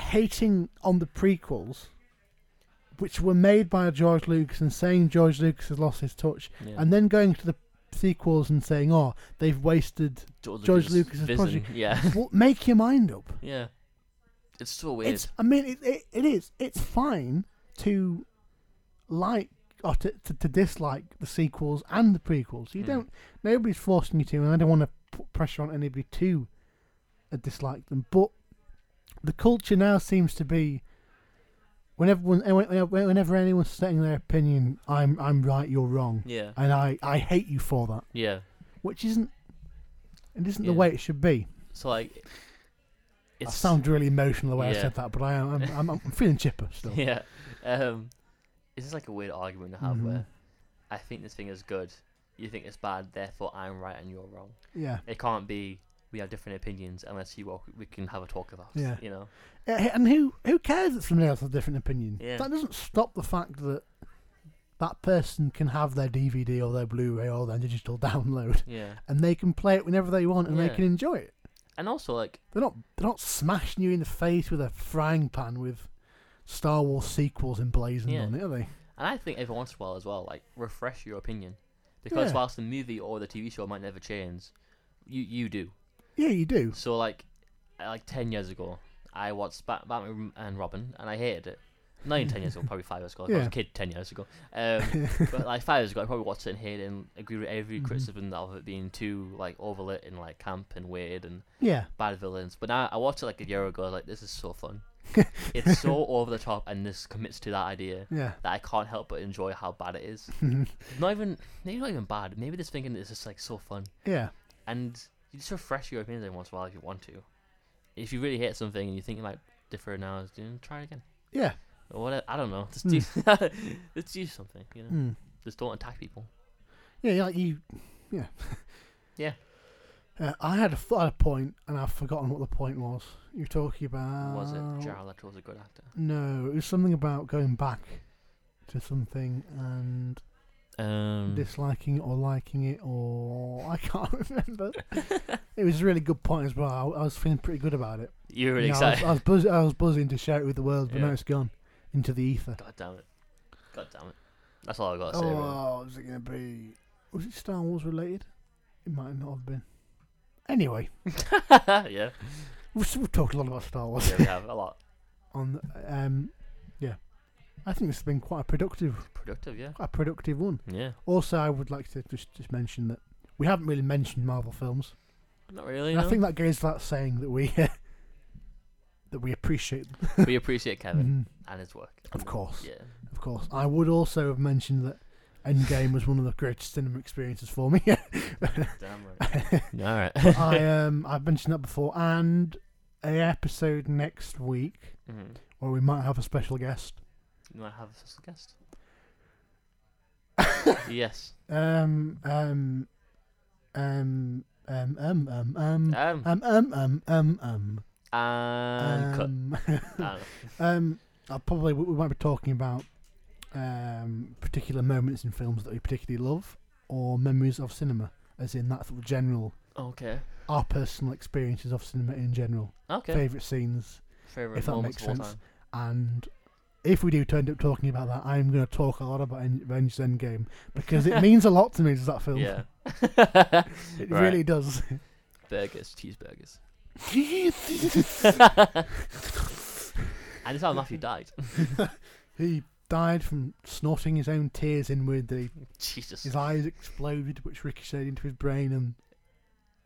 hating on the prequels. Which were made by George Lucas and saying George Lucas has lost his touch, Yeah. and then going to the sequels and saying, "Oh, they've wasted." George Lucas's vision. project- Yeah, well, make your mind up. yeah. It's so weird. It's. I mean, it, it, it is. It's fine to like or to, to, to dislike the sequels and the prequels. You Mm. don't. Nobody's forcing you to, and I don't want to put pressure on anybody to uh, dislike them. But the culture now seems to be. Whenever, when- whenever anyone's stating their opinion, I'm I'm right, you're wrong, yeah, and I, I hate you for that. yeah. which isn't it isn't the Yeah. way it should be. So like, I it's sound really emotional the way I Yeah. said that, but I am I'm, I'm, I'm feeling chipper still. yeah. Um, it's just like a weird argument to have Mhm. where I think this thing is good, you think it's bad, therefore I'm right and you're wrong. Yeah, It can't be we have different opinions unless you what we can have a talk about. Yeah. you know. Uh, and who who cares that somebody else has a different opinion? Yeah. That doesn't stop the fact that that person can have their DVD or their Blu-ray or their digital download, Yeah, and they can play it whenever they want, and Yeah. they can enjoy it. and also like, They're not they're not smashing you in the face with a frying pan with Star Wars sequels emblazoned Yeah. on it, are they? And I think every once in a while as well, like refresh your opinion, because Yeah. whilst the movie or the TV show might never change, you you do. Yeah, you do. So like, uh, like ten years ago, I watched Bat- Batman and Robin, and I hated it. Not even ten years ago, probably five years ago. I was Yeah. a kid ten years ago. Um, but like five years ago, I probably watched it and hated it and agreed with every Mhm. criticism of it being too like overlit and like camp and weird and Yeah, bad villains. But now I watched it like a year ago. I was like, this is so fun. it's so over the top, and this commits to that idea yeah. that I can't help but enjoy how bad it is. not even maybe not even bad. Maybe just thinking it's just like so fun, yeah. and and you just refresh your opinions every once in a while if you want to. If you really hate something and you think it might differ now, just, you know, try it again. Yeah. Or what? I don't know. Just do, Hmm. just do something. You know, Mm. just don't attack people. Yeah, yeah, like you. Yeah. Yeah. Uh, I had a, th- had a point, and I've forgotten what the point was. You're talking about. was it Jared Leto was a good actor? No, it was something about going back to something and Um, disliking it or liking it, or I can't remember. it was a really good point as well. I, I was feeling pretty good about it. you were really You know, I was, excited. I was, buzz- I was buzzing to share it with the world, but now Yeah. it's gone into the ether. God damn it! God damn it! That's all I got to say. really. Oh, was it going to be? Was it Star Wars related? It might not have been. Anyway, uh. yeah, we've, s- we've talked a lot about Star Wars yeah, we have a lot. on. Um, yeah, I think this has been quite a productive, Productive, yeah, quite a productive one. yeah. Also, I would like to just just mention that we haven't really mentioned Marvel films. Not really. And I no. think that goes without saying that we uh, that we appreciate them. we appreciate Kevin Mhm. and his work. Of course, Yeah. of course. I would also have mentioned that Endgame was one of the greatest cinema experiences for me. Damn right. All right. I um I've mentioned that before, and a episode next week Mhm. where we might have a special guest. You want to have a special guest? yes. Um um um um um um um Um. um um um um um And Uh, cut. Uh, um I don't know. Um, I'll probably we we might be talking about um, particular moments in films that we particularly love, or memories of cinema, as in that sort of general Okay. our personal experiences of cinema in general, Okay. favorite scenes, Favorite if that moments makes of all sense. time. and if we do turn up talking about that, I'm going to talk a lot about En- Avengers Endgame because it means a lot to me. Does that film? Yeah. It Right. really does. Burgers, cheeseburgers. he And it's how Matthew died. died from snorting his own tears inward. That he Jesus. His eyes exploded, which ricocheted into his brain, and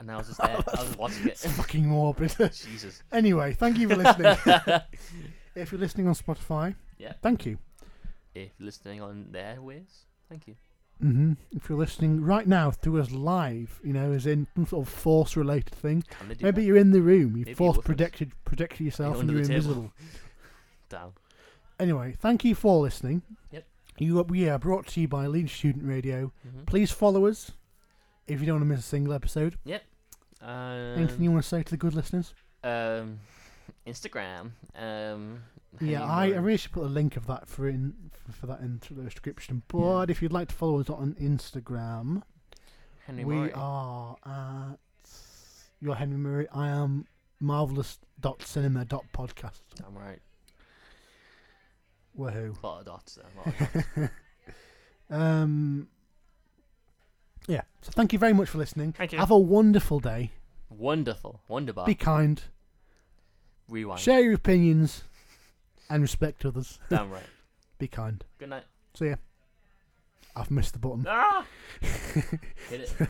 And I was just there. I was watching it's it. fucking morbid. Jesus. anyway, thank you for listening. if you're listening on Spotify, Yeah. thank you. If you're listening on the airways, thank you. hmm If you're listening right now through us live, you know, as in some sort of force related thing, Can they do maybe you're in the room, Maybe you've you're force with us. projected, projected yourself, You're and under you're the table. invisible. that? Down. Anyway, thank you for listening. Yep. You, we are brought to you by Leeds Student Radio. Mm-hmm. Please follow us if you don't want to miss a single episode. Anything you want to say to the good listeners? um, Instagram. Um, Yeah, Hayden I, I Murray. really should put a link of that for in for, for that into the description. But if you'd like to follow us on Instagram, Henry we Murray. are at your Henry Murray. I am marvelous dot cinema dot podcast. Damn right. Woohoo! A lot of dots there. a lot of- um, yeah. So thank you very much for listening. Thank you. Have a wonderful day. Wonderful. Wonderbar. Be kind. Rewind. Share your opinions, and respect others. Damn right. Be kind. Good night. See ya. I've missed the button. Ah! Hit it.